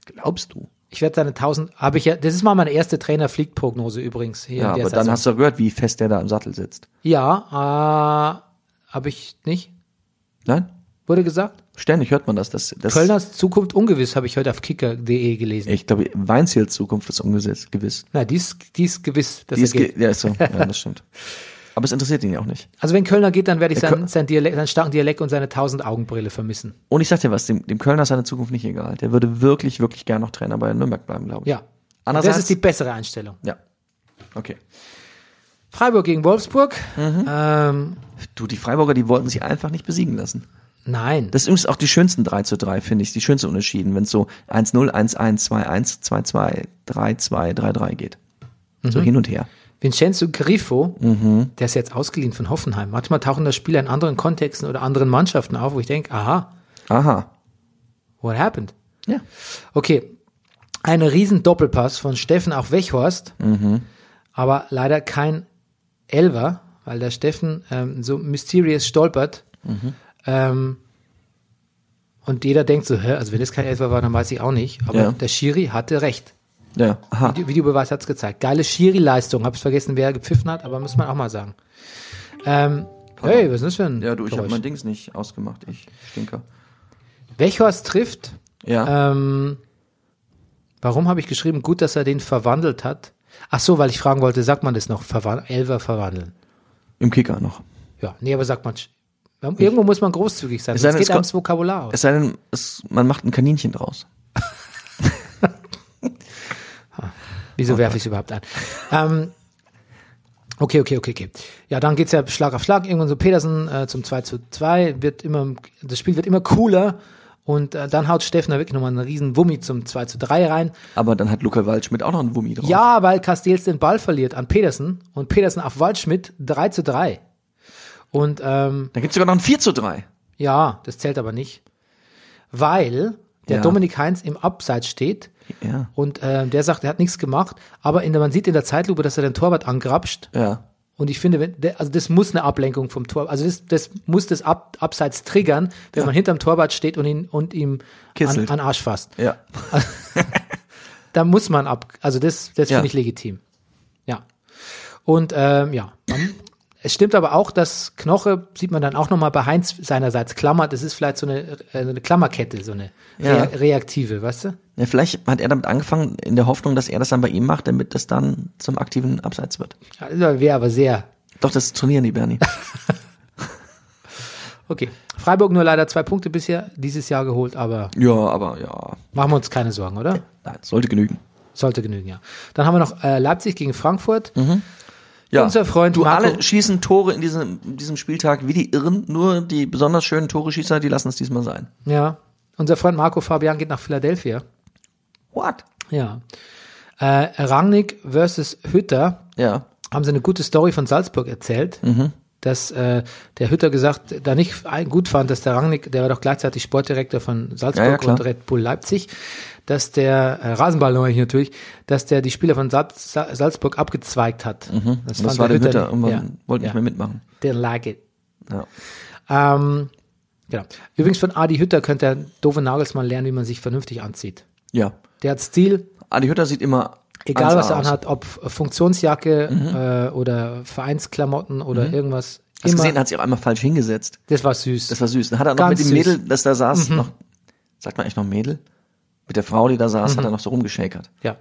S1: Glaubst du?
S2: Ich werde seine 1000, habe ich ja, das ist mal meine erste Trainer-Fliegt-Prognose übrigens. Hier
S1: Ja, also
S2: in der
S1: aber dann
S2: Saison.
S1: hast du doch gehört, wie fest der da im Sattel sitzt.
S2: Ja, äh, habe ich nicht.
S1: Nein?
S2: Wurde gesagt.
S1: Ständig hört man das. das, das
S2: Kölners Zukunft ungewiss, habe ich heute auf kicker.de gelesen.
S1: Ich glaube, Weinziels Zukunft ist ungewiss, gewiss.
S2: Na, dies, dies gewiss, dass
S1: Die
S2: er
S1: ist
S2: geht.
S1: ge ja, ist so. ja, das stimmt. Aber es interessiert ihn ja auch nicht.
S2: Also wenn Kölner geht, dann werde ich
S1: Der
S2: seinen,
S1: Köl-
S2: seinen, Dialekt, seinen starken Dialekt und seine 1000 Augenbrille vermissen.
S1: Und ich sag dir was, dem, dem Kölner ist seine Zukunft nicht egal. Der würde wirklich, wirklich gern noch Trainer bei Nürnberg bleiben, glaube ich.
S2: Ja.
S1: Andererseits-
S2: das ist die bessere Einstellung.
S1: Ja. Okay.
S2: Freiburg gegen Wolfsburg.
S1: Mhm.
S2: Ähm,
S1: Du, die Freiburger, die wollten sich einfach nicht besiegen lassen.
S2: nein.
S1: Das sind übrigens auch die schönsten 3 zu 3, finde ich. Die schönsten Unterschieden, wenn es so 1-0, 1-1, 2-1, 2-2, 3-2, 3-3 geht. So hin und her.
S2: Vincenzo Grifo,
S1: Mhm.
S2: der ist jetzt ausgeliehen von Hoffenheim. Manchmal tauchen das Spieler in anderen Kontexten oder anderen Mannschaften auf, wo ich denke, aha,
S1: Aha.
S2: what happened?
S1: Ja.
S2: Okay, ein riesen Doppelpass von Steffen auf Wechhorst,
S1: Mhm.
S2: aber leider kein Elver, weil der Steffen ähm, so mysterious stolpert.
S1: Mhm.
S2: Ähm, und jeder denkt so, hä, also wenn das kein Elfer war, dann weiß ich auch nicht. Aber
S1: Ja.
S2: der Schiri hatte recht.
S1: Ja. Aha.
S2: Video, Videobeweis hat's gezeigt. Geile Schiri-Leistung. Hab's vergessen, wer gepfiffen hat, aber muss man auch mal sagen. Ähm, hey, was ist das für ein
S1: Ja, du, ich habe
S2: Geräusch?
S1: mein Dings nicht ausgemacht. Ich stinker.
S2: Wechhorst trifft.
S1: Ja.
S2: Ähm, warum habe ich geschrieben, gut, dass er den verwandelt hat? Ach so, weil ich fragen wollte, sagt man das noch? Verwan Elfer verwandeln.
S1: Im Kicker noch.
S2: Ja, nee, aber sagt man. sch- Irgendwo muss man großzügig sein.
S1: Es
S2: Es
S1: sei
S2: sonst
S1: denn,
S2: geht
S1: es
S2: ans
S1: ko-
S2: Vokabular aus.
S1: Es sei denn, es, man macht ein Kaninchen draus. Oh
S2: Wieso werfe ich es überhaupt an? Ähm, okay, okay, okay, okay. Ja, dann geht's ja Schlag auf Schlag. Irgendwann so Pedersen äh, zum 2 zu 2. Wird immer, das Spiel wird immer cooler. Und äh, dann haut Steffen da wirklich nochmal einen riesen Wummi zum 2 zu 3 rein.
S1: Aber dann hat Luca Waldschmidt auch noch einen Wummi drauf.
S2: Ja, weil Castells den Ball verliert an Pedersen und Pedersen auf Waldschmidt 3 zu 3. Und ähm,
S1: Da gibt's sogar noch ein 4 zu 3.
S2: ja, das zählt aber nicht. Weil der
S1: Ja.
S2: Dominik Heinz im Abseits steht
S1: Ja.
S2: und ähm, der sagt, er hat nichts gemacht, aber in der, man sieht in der Zeitlupe, dass er den Torwart angrapscht.
S1: Ja.
S2: Und ich finde, wenn, der- also das muss eine Ablenkung vom Tor, also das, das muss das Ab, Abseits triggern, wenn man hinterm Torwart steht und ihn und ihm an,
S1: Kitzelt.
S2: an Arsch fasst.
S1: Ja.
S2: Da muss man ab, also das, das
S1: Ja.
S2: finde ich legitim. Ja. Und ähm, ja, man, es stimmt aber auch, dass Knoche sieht man dann auch nochmal bei Heinz seinerseits klammert. Das ist vielleicht so eine, äh, eine Klammerkette, so eine
S1: Ja.
S2: rea- reaktive, weißt du?
S1: ja. Vielleicht hat er damit angefangen, in der Hoffnung, dass er das dann bei ihm macht, damit das dann zum aktiven Abseits wird.
S2: Ja, Wäre aber sehr.
S1: Doch, das trainieren die Bernie.
S2: Okay. Freiburg nur leider zwei Punkte bisher dieses Jahr geholt, aber
S1: ja, aber ja.
S2: machen wir uns keine Sorgen, oder?
S1: Nein, sollte genügen.
S2: Sollte genügen, ja. Dann haben wir noch äh, Leipzig gegen Frankfurt.
S1: Mhm. Ja.
S2: Unser Freund
S1: du
S2: Marco-
S1: alle schießen Tore in diesem, in diesem Spieltag wie die Irren, nur die besonders schönen Tore-Schießer, die lassen es diesmal sein.
S2: Ja. Unser Freund Marco Fabian geht nach Philadelphia.
S1: What?
S2: Ja. Äh, Rangnick versus Hütter
S1: Ja.
S2: haben sie eine gute Story von Salzburg erzählt,
S1: Mhm.
S2: dass äh, der Hütter gesagt, da nicht ein- gut fand, dass der Rangnick, der war doch gleichzeitig Sportdirektor von Salzburg
S1: Ja, ja, klar.
S2: und Red Bull Leipzig, dass der äh, Rasenball natürlich, dass der die Spieler von Sal Sa- Salzburg abgezweigt hat.
S1: Das, Mhm. war der Hütter. Irgendwann
S2: ja,
S1: wollte
S2: ja.
S1: nicht mehr mitmachen.
S2: Didn't like it.
S1: Ja.
S2: Ähm, genau. Übrigens von Adi Hütter könnte der doofe Nagelsmann lernen, wie man sich vernünftig anzieht.
S1: ja.
S2: Der hat Stil,
S1: Adi Hütter sieht immer.
S2: egal
S1: 1A
S2: was er
S1: aus. Mhm.
S2: anhat, ob Funktionsjacke äh, oder Vereinsklamotten oder irgendwas.
S1: Hast
S2: Immer,
S1: gesehen, hat sich auch einmal falsch hingesetzt.
S2: das war süß.
S1: Das war süß. Dann hat er noch
S2: Ganz
S1: mit dem
S2: süß. Mhm.
S1: Mädel, das da saß, noch, sagt man eigentlich noch Mädel? Mit der Frau, die da saß,
S2: Mhm.
S1: hat er noch so rumgeschäkert.
S2: ja.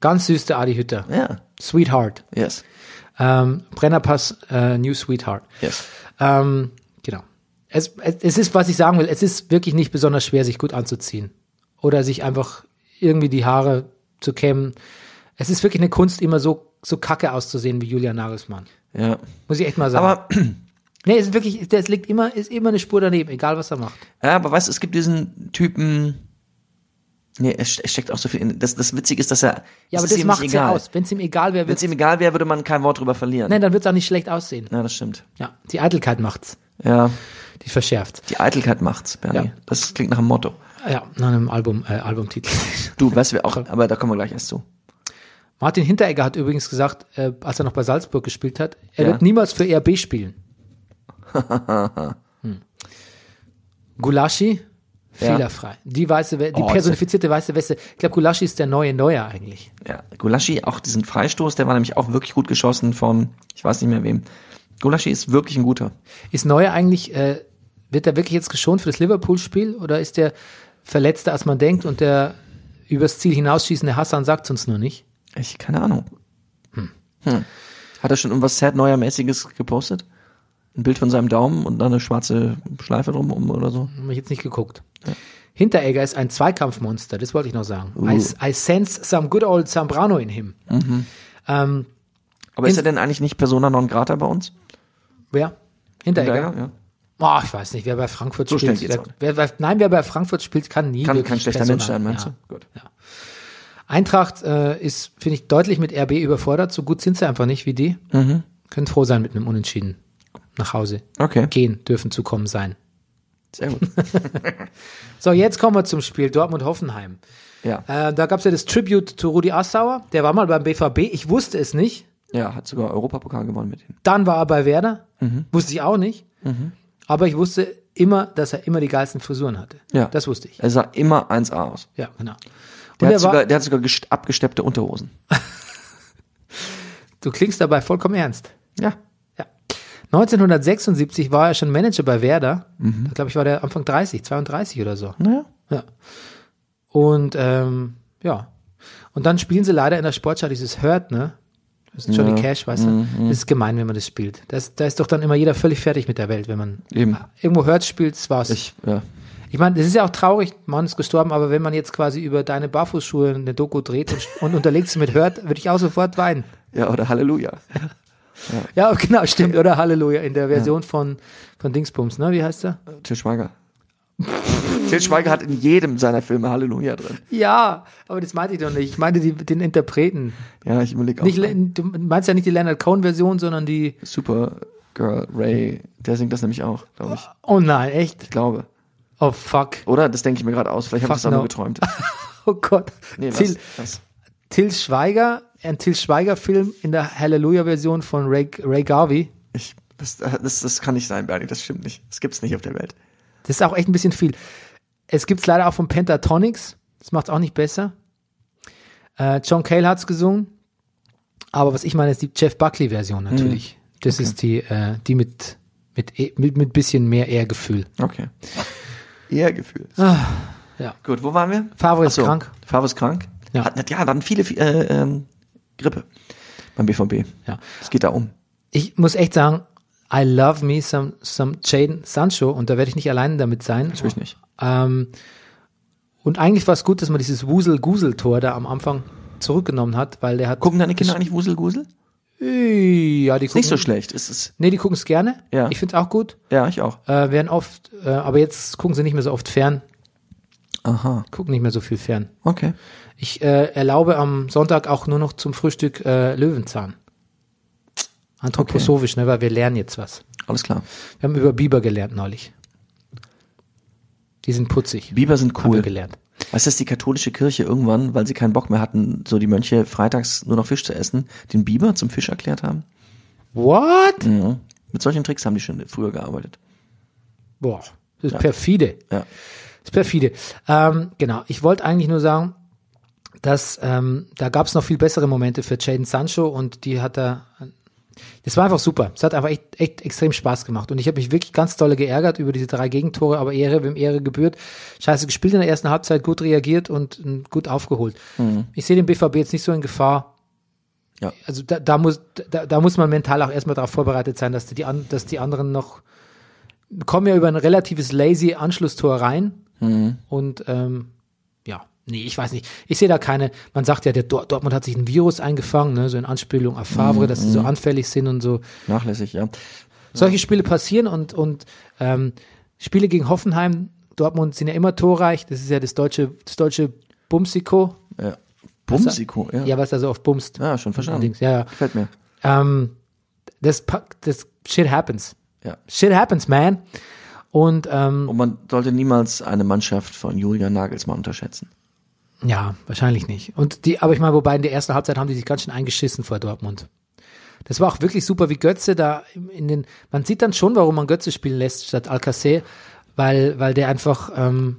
S2: Ganz süß der Adi Hütter.
S1: Ja.
S2: Sweetheart.
S1: Yes.
S2: Ähm, Brennerpass, äh, New Sweetheart.
S1: Yes.
S2: Ähm, genau. Es, es, es ist, was ich sagen will, es ist wirklich nicht besonders schwer, sich gut anzuziehen. Oder sich einfach irgendwie die Haare zu kämmen. Es ist wirklich eine Kunst, immer so, so kacke auszusehen wie Julian Nagelsmann.
S1: Ja.
S2: Muss ich echt mal sagen.
S1: Aber
S2: nee, es ist wirklich, es liegt immer, ist immer eine Spur daneben, egal was er macht.
S1: Ja, aber weißt du, es gibt diesen Typen. Nee, es ste- es steckt auch so viel in. Das, das Witzige ist, dass er.
S2: Ja,
S1: es
S2: aber
S1: ist
S2: das
S1: ihm
S2: macht's
S1: nicht
S2: ja
S1: egal.
S2: aus. Wenn es ihm egal wäre,
S1: Wenn es
S2: wird's,
S1: ihm egal wäre, würde man kein Wort drüber verlieren.
S2: nein, dann wird es auch nicht schlecht aussehen.
S1: Ja, das stimmt.
S2: Ja, die Eitelkeit macht's.
S1: Ja,
S2: Die verschärft.
S1: die Eitelkeit macht's, Bernie.
S2: Ja.
S1: Das klingt nach einem Motto.
S2: Ah Ja, nach einem Album, äh, Albumtitel.
S1: Du, weißt wir auch, aber da kommen wir gleich erst zu.
S2: Martin Hinteregger hat übrigens gesagt, äh, als er noch bei Salzburg gespielt hat, er
S1: Ja.
S2: wird niemals für RB spielen. hm. Gulaschi,
S1: Ja.
S2: fehlerfrei. Die weiße, We die
S1: Oh,
S2: personifizierte weiße Weste. Ich glaube, Gulaschi ist der neue Neuer eigentlich.
S1: Ja, Gulaschi, auch diesen Freistoß, der war nämlich auch wirklich gut geschossen von, ich weiß nicht mehr wem. Gulaschi ist wirklich ein guter.
S2: Ist Neuer eigentlich, äh, wird er wirklich jetzt geschont für das Liverpool-Spiel oder ist der verletzter, als man denkt und der übers Ziel hinausschießende Hassan sagt uns nur nicht?
S1: Ich, keine Ahnung. Hm. Hat er schon irgendwas sad neuermäßiges gepostet? Ein Bild von seinem Daumen und dann eine schwarze Schleife drumherum oder so?
S2: Habe ich jetzt nicht geguckt. Hinteregger ist ein Zweikampfmonster, das wollte ich noch sagen.
S1: Uh.
S2: I, I sense some good old Zambrano in him. Ähm,
S1: Aber ist er denn eigentlich nicht Persona non grata bei uns?
S2: wer?
S1: Ja,
S2: Hinteregger?
S1: ja.
S2: Oh, ich weiß nicht, wer bei Frankfurt
S1: So
S2: spielt.
S1: schnell geht's
S2: Wer, wer, bei- nein, wer bei Frankfurt spielt, kann nie
S1: Kann
S2: wirklich
S1: kein schlechter
S2: Personal-
S1: Mensch sein, meinst
S2: ja.
S1: du? Gut.
S2: Eintracht äh, ist, finde ich, deutlich mit RB überfordert. So gut sind sie einfach nicht wie die.
S1: Mhm.
S2: Können froh sein mit einem Unentschieden. Nach Hause
S1: Okay,
S2: gehen, dürfen zu kommen sein.
S1: sehr gut.
S2: So, jetzt kommen wir zum Spiel Dortmund-Hoffenheim.
S1: Ja,
S2: Äh, da gab es ja das Tribute zu Rudi Assauer. Der war mal beim BVB. Ich wusste es nicht.
S1: ja, hat sogar Europapokal gewonnen mit ihm.
S2: Dann war er bei Werder.
S1: Mhm.
S2: Wusste ich auch nicht. Aber ich wusste immer, dass er immer die geilsten Frisuren hatte.
S1: Ja.
S2: Das wusste ich.
S1: Er sah immer 1A aus.
S2: Ja, genau.
S1: Der,
S2: Und
S1: hat
S2: er
S1: sogar,
S2: war,
S1: der hat sogar gest- abgesteppte Unterhosen.
S2: du klingst dabei vollkommen ernst.
S1: Ja.
S2: Ja. 1976 war er schon Manager bei Werder.
S1: Mhm.
S2: Da glaube ich, war der Anfang 30, 32 oder so.
S1: Naja.
S2: Ja. Und ähm, ja. Und dann spielen sie leider in der Sportschau dieses Hurt, ne? Das ist Johnny Cash, weißt du?
S1: Mhm,
S2: Das ist gemein, wenn man das spielt. Das, da ist doch dann immer jeder völlig fertig mit der Welt, wenn man
S1: Eben.
S2: irgendwo Hurt spielt, das war's. Ich,
S1: Ich, ja.
S2: meine, das ist ja auch traurig, Mann ist gestorben, aber wenn man jetzt quasi über deine Barfußschuhe eine Doku dreht und, und unterlegt sie mit Hurt, würde ich auch sofort weinen.
S1: Ja, oder Halleluja.
S2: Ja, genau, stimmt,
S1: Ähm,
S2: oder? Halleluja, in der Version von, von Dingsbums, ne? Wie heißt der?
S1: Til Schweiger. Til Schweiger hat in jedem seiner Filme Halleluja drin.
S2: Ja, aber das meinte ich doch nicht. Ich meinte die, den Interpreten.
S1: Ja, ich überlege auch.
S2: Nicht, Le- du meinst ja nicht die Leonard Cohen-Version, sondern die
S1: super Girl Ray, der singt das nämlich auch, glaube ich.
S2: Oh nein, echt?
S1: Ich glaube.
S2: Oh fuck.
S1: Oder? Das denke ich mir gerade aus. Vielleicht habe ich
S2: Fuck
S1: das auch
S2: no.
S1: nur geträumt.
S2: Oh Gott.
S1: Nee, was?
S2: Till,
S1: was?
S2: Till Schweiger, ein Till Schweiger-Film in der Halleluja-Version von Ray, Ray Garvey.
S1: Ich, das, das, das kann nicht sein, Bernie. Das stimmt nicht. Das gibt's nicht auf der Welt.
S2: Das ist auch echt ein bisschen viel. Es gibt's leider auch von Pentatonix. Das macht's auch nicht besser. Äh, John Cale hat's gesungen. Aber was ich meine, ist die Jeff Buckley-Version natürlich.
S1: Mhm.
S2: Das ist die, äh, die mit, mit, E- mit, mit bisschen mehr Ehrgefühl.
S1: Okay. Ehrgefühl.
S2: Ah, ja.
S1: Gut, wo waren wir?
S2: Favre
S1: Ach
S2: ist krank.
S1: Favre ist krank.
S2: Ja.
S1: Ja. Hat, ja, dann viele, viele äh, ähm, Grippe beim BVB.
S2: Ja.
S1: Es geht da um.
S2: Ich muss echt sagen, I love me some, some Jaden Sancho und da werde ich nicht allein damit sein.
S1: Natürlich nicht.
S2: Ähm, und eigentlich war es gut, dass man dieses Wusel-Gusel-Tor da am Anfang zurückgenommen hat, weil der hat.
S1: Gucken deine Kinder eigentlich Wuselgusel?
S2: Äh, Ja, die gucken.
S1: Nicht so schlecht. Es ist,
S2: Nee, die gucken es gerne.
S1: Ja.
S2: Ich finde es auch gut.
S1: ja, ich auch.
S2: Äh, werden oft, äh, aber jetzt gucken sie nicht mehr so oft fern.
S1: Aha.
S2: Gucken nicht mehr so viel fern.
S1: Okay.
S2: Ich äh, erlaube am Sonntag auch nur noch zum Frühstück äh, Löwenzahn. Anthroposophisch, ne, weil wir lernen jetzt was.
S1: Alles klar.
S2: Wir haben über Biber gelernt neulich. Die sind putzig.
S1: Biber sind
S2: Haben wir
S1: cool.
S2: gelernt.
S1: Weißt du, dass die katholische Kirche irgendwann, weil sie keinen Bock mehr hatten, so die Mönche freitags nur noch Fisch zu essen, den Biber zum Fisch erklärt haben?
S2: What?
S1: Mhm. Mit solchen Tricks haben die schon früher gearbeitet.
S2: Boah, das ist perfide.
S1: Ja.
S2: Das ist perfide. Ähm, genau, ich wollte eigentlich nur sagen, dass ähm, da gab es noch viel bessere Momente für Jaden Sancho und die hat er. Das war einfach super. Es hat einfach echt, echt extrem Spaß gemacht. Und ich habe mich wirklich ganz dolle geärgert über diese drei Gegentore, aber Ehre, wem Ehre gebührt. Scheiße gespielt in der ersten Halbzeit, gut reagiert und mm, gut aufgeholt. Ich sehe den BVB jetzt nicht so in Gefahr.
S1: Mhm. Ja.
S2: Also da, da, muss, da, da muss man mental auch erstmal darauf vorbereitet sein, dass die, an, dass die anderen noch kommen ja über ein relatives lazy Anschlusstor rein.
S1: Mhm.
S2: Und ähm, ja, nee, ich weiß nicht. Ich sehe da keine, man sagt ja, der Dor- Dortmund hat sich ein Virus eingefangen, ne? so in Anspielung auf Favre, dass sie so anfällig sind und so.
S1: Nachlässig, Mhm. ja.
S2: Solche Spiele passieren und, und ähm, Spiele gegen Hoffenheim, Dortmund sind ja immer torreich. Das ist ja das deutsche, das deutsche Bumsiko.
S1: ja. Äh, Bumsiko, ja.
S2: Ja, was da so oft bumst.
S1: Ja, schon verstanden.
S2: Allerdings, ja,
S1: Gefällt mir.
S2: ja. Ähm, das, pack- das shit happens.
S1: Ja.
S2: Shit happens, man. Und ähm,
S1: Und man sollte niemals eine Mannschaft von Julian Nagelsmann unterschätzen.
S2: Ja, wahrscheinlich nicht. Und die, aber ich meine, wobei in der ersten Halbzeit haben die sich ganz schön eingeschissen vor Dortmund. Das war auch wirklich super, wie Götze da im- in den. Man sieht dann schon, warum man Götze spielen lässt statt Alcacer, weil, weil der einfach, ähm,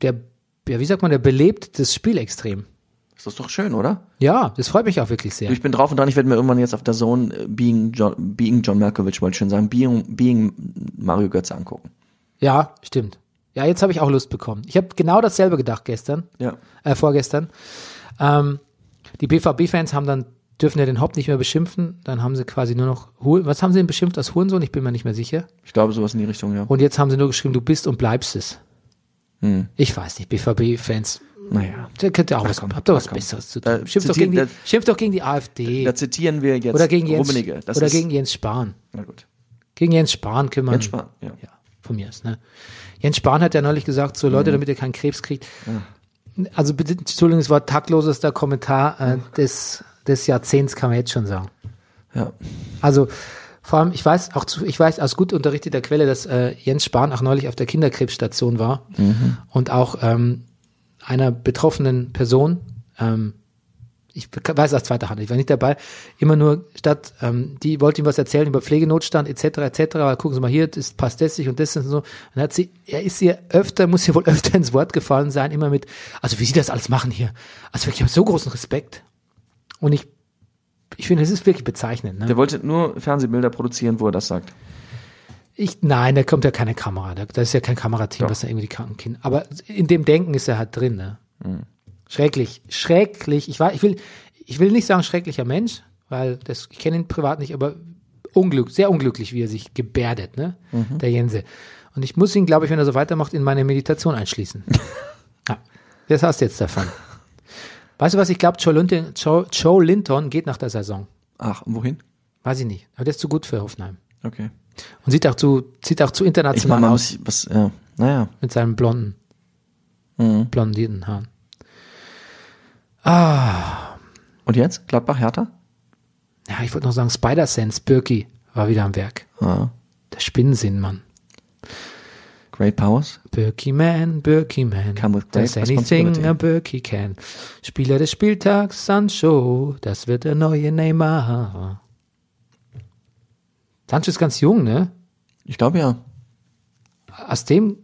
S2: der, ja, wie sagt man, der belebt das Spiel extrem.
S1: Ist das doch schön, oder?
S2: Ja, das freut mich auch wirklich sehr.
S1: Ich bin drauf und dran, ich werde mir irgendwann jetzt auf der Zone äh, Being John, Being John Malkovich, wollte ich schon sagen, Being, Being Mario Götze angucken.
S2: Ja, stimmt. Ja, jetzt habe ich auch Lust bekommen. Ich habe genau dasselbe gedacht gestern.
S1: Ja.
S2: äh, vorgestern. Ähm, die BVB-Fans haben dann dürfen ja den Hopp nicht mehr beschimpfen. Dann haben sie quasi nur noch Hu- was haben sie denn beschimpft als Hurensohn? Ich bin mir nicht mehr sicher.
S1: Ich glaube, sowas in die Richtung, ja.
S2: Und jetzt haben sie nur geschrieben, du bist und bleibst es. Ich weiß nicht, BVB-Fans,
S1: Hm. Naja.
S2: da könnt ihr auch was, habt ihr was Besseres zu tun.
S1: Äh,
S2: schimpft, doch
S1: zitieren-
S2: gegen die,
S1: da-
S2: schimpft doch gegen die AfD
S1: Da zitieren wir jetzt
S2: oder gegen Jens
S1: Rummenigge. Das
S2: oder
S1: ist,
S2: gegen Jens Spahn.
S1: na gut.
S2: Gegen Jens Spahn kümmern.
S1: Jens Spahn, ja.
S2: ja, von mir aus. Ne? Jens Spahn hat ja neulich gesagt, so
S1: Mhm.
S2: Leute, damit ihr keinen Krebs kriegt. Also bitte, Entschuldigung, es war taktlosester Kommentar äh, des, des Jahrzehnts, kann man jetzt schon sagen.
S1: Ja.
S2: Also vor allem, ich weiß auch zu, ich weiß aus gut unterrichteter Quelle, dass äh, Jens Spahn auch neulich auf der Kinderkrebsstation war
S1: Mhm.
S2: und auch ähm, einer betroffenen Person, ähm, ich weiß aus zweiter Hand, ich war nicht dabei, immer nur statt, ähm, die wollte ihm was erzählen über Pflegenotstand etc. etc. Weil gucken Sie mal hier, das passt das nicht und das und so. Und dann hat sie, er ist ihr öfter, muss ihr wohl öfter ins Wort gefallen sein, immer mit, also wie Sie das alles machen hier. Also wirklich, ich habe so großen Respekt. Und ich, ich finde, es ist wirklich bezeichnend. Ne?
S1: Der wollte nur Fernsehbilder produzieren, wo er das sagt.
S2: Ich, nein, da kommt ja keine Kamera. Da, da ist ja kein Kamerateam, was da irgendwie die kranken Kinder. Aber in dem Denken ist er halt drin, ne? Schrecklich, schrecklich. Ich, war, ich, will, ich will nicht sagen schrecklicher Mensch, weil das, ich kenne ihn privat nicht, aber unglück, sehr unglücklich, wie er sich gebärdet, ne? Der Jense. Und ich muss ihn, glaube ich, wenn er so weitermacht, in meine Meditation einschließen. ja, das hast du jetzt davon. Weißt du was, ich glaube, Joe, Linton- Joe, Joe Linton geht nach der Saison.
S1: Ach, und wohin?
S2: Weiß ich nicht. Aber der ist zu gut für Hoffenheim.
S1: Okay.
S2: Und sieht auch zu, sieht auch zu
S1: Ich
S2: international
S1: meine, man
S2: aus
S1: muss, was, ja. Naja.
S2: mit seinen blonden,
S1: Mhm.
S2: blondierten Haaren. Ah,
S1: Und jetzt? Gladbach, Hertha?
S2: Ja, ich wollte noch sagen, Spider-Sense, Birki. war wieder am Werk.
S1: Ja.
S2: Der Spinnensinn, Mann.
S1: Great Powers.
S2: Berkey Man, Berkey Man.
S1: Come with great
S2: Does anything
S1: responsibility.
S2: a Berkey can. Spieler des Spieltags, Sancho. Das wird der neue Neymar. Sancho ist ganz jung, ne?
S1: Ich glaube ja.
S2: Aus dem,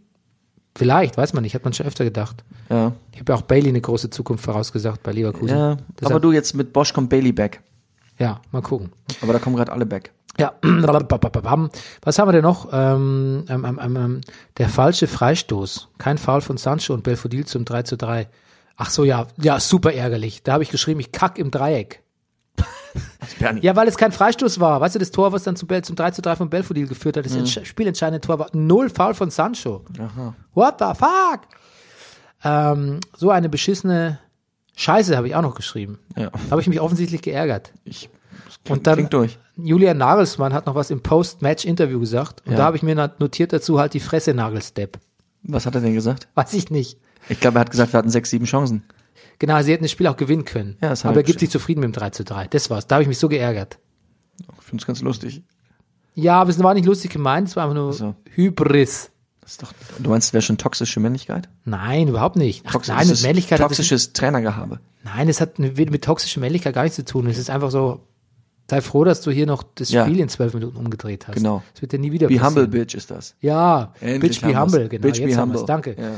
S2: vielleicht, weiß man nicht, hat man schon öfter gedacht.
S1: Ja.
S2: Ich habe ja auch Bailey eine große Zukunft vorausgesagt bei Leverkusen.
S1: ja.
S2: Deshalb-
S1: Aber du jetzt mit Bosch kommt Bailey back.
S2: Ja, mal gucken.
S1: Aber da kommen gerade alle back.
S2: Ja, was haben wir denn noch? Ähm, ähm, ähm, ähm, ähm, der falsche Freistoß. Kein Foul von Sancho und Belfodil zum 3 zu 3. Ach so, ja, ja, super ärgerlich. Da habe ich geschrieben, ich kack im Dreieck.
S1: Bernie.
S2: Ja, weil es kein Freistoß war. Weißt du, das Tor, was dann zum, Bel- zum 3 zu 3 von Belfodil geführt hat,
S1: Mhm.
S2: das entsch- spielentscheidende Tor war null Foul von Sancho. What the fuck? Ähm, so eine beschissene Scheiße habe ich auch noch geschrieben.
S1: Ja.
S2: Da habe ich mich offensichtlich geärgert.
S1: Ich, das klingt,
S2: Und dann-
S1: klingt durch.
S2: Julian Nagelsmann hat noch was im Post-Match-Interview gesagt. Und
S1: Ja.
S2: da habe ich mir nat- notiert dazu halt die Fresse Nagelstep.
S1: Was hat er denn gesagt?
S2: Weiß ich nicht.
S1: Ich glaube, er hat gesagt, wir hatten sechs, sieben Chancen.
S2: Genau, sie hätten das Spiel auch gewinnen können.
S1: Ja, das habe
S2: Aber er
S1: ich
S2: gibt sich
S1: bestimmt.
S2: zufrieden mit dem 3 zu 3. Das war's. Da habe ich mich so geärgert.
S1: Ich finde es ganz lustig.
S2: Ja, aber es war nicht lustig gemeint, es war einfach nur
S1: so.
S2: Hybris.
S1: Das ist doch, du meinst, es wäre schon toxische Männlichkeit?
S2: Nein, überhaupt nicht. Ach,
S1: Toxisches,
S2: nein, mit Männlichkeit hat das,
S1: toxisches Trainergehabe.
S2: Nein, es hat mit, mit toxischer Männlichkeit gar nichts zu tun. Es ist einfach so, sei froh, dass du hier noch das
S1: Ja.
S2: Spiel in zwölf Minuten umgedreht hast.
S1: Genau.
S2: Das wird dir nie wieder
S1: Be
S2: passieren.
S1: humble, bitch, ist das.
S2: Ja,
S1: Endlich
S2: Bitch be
S1: haben wir's.
S2: humble, genau.
S1: Bitch
S2: Jetzt
S1: be
S2: haben wir's.
S1: humble.
S2: Danke.
S1: Ja.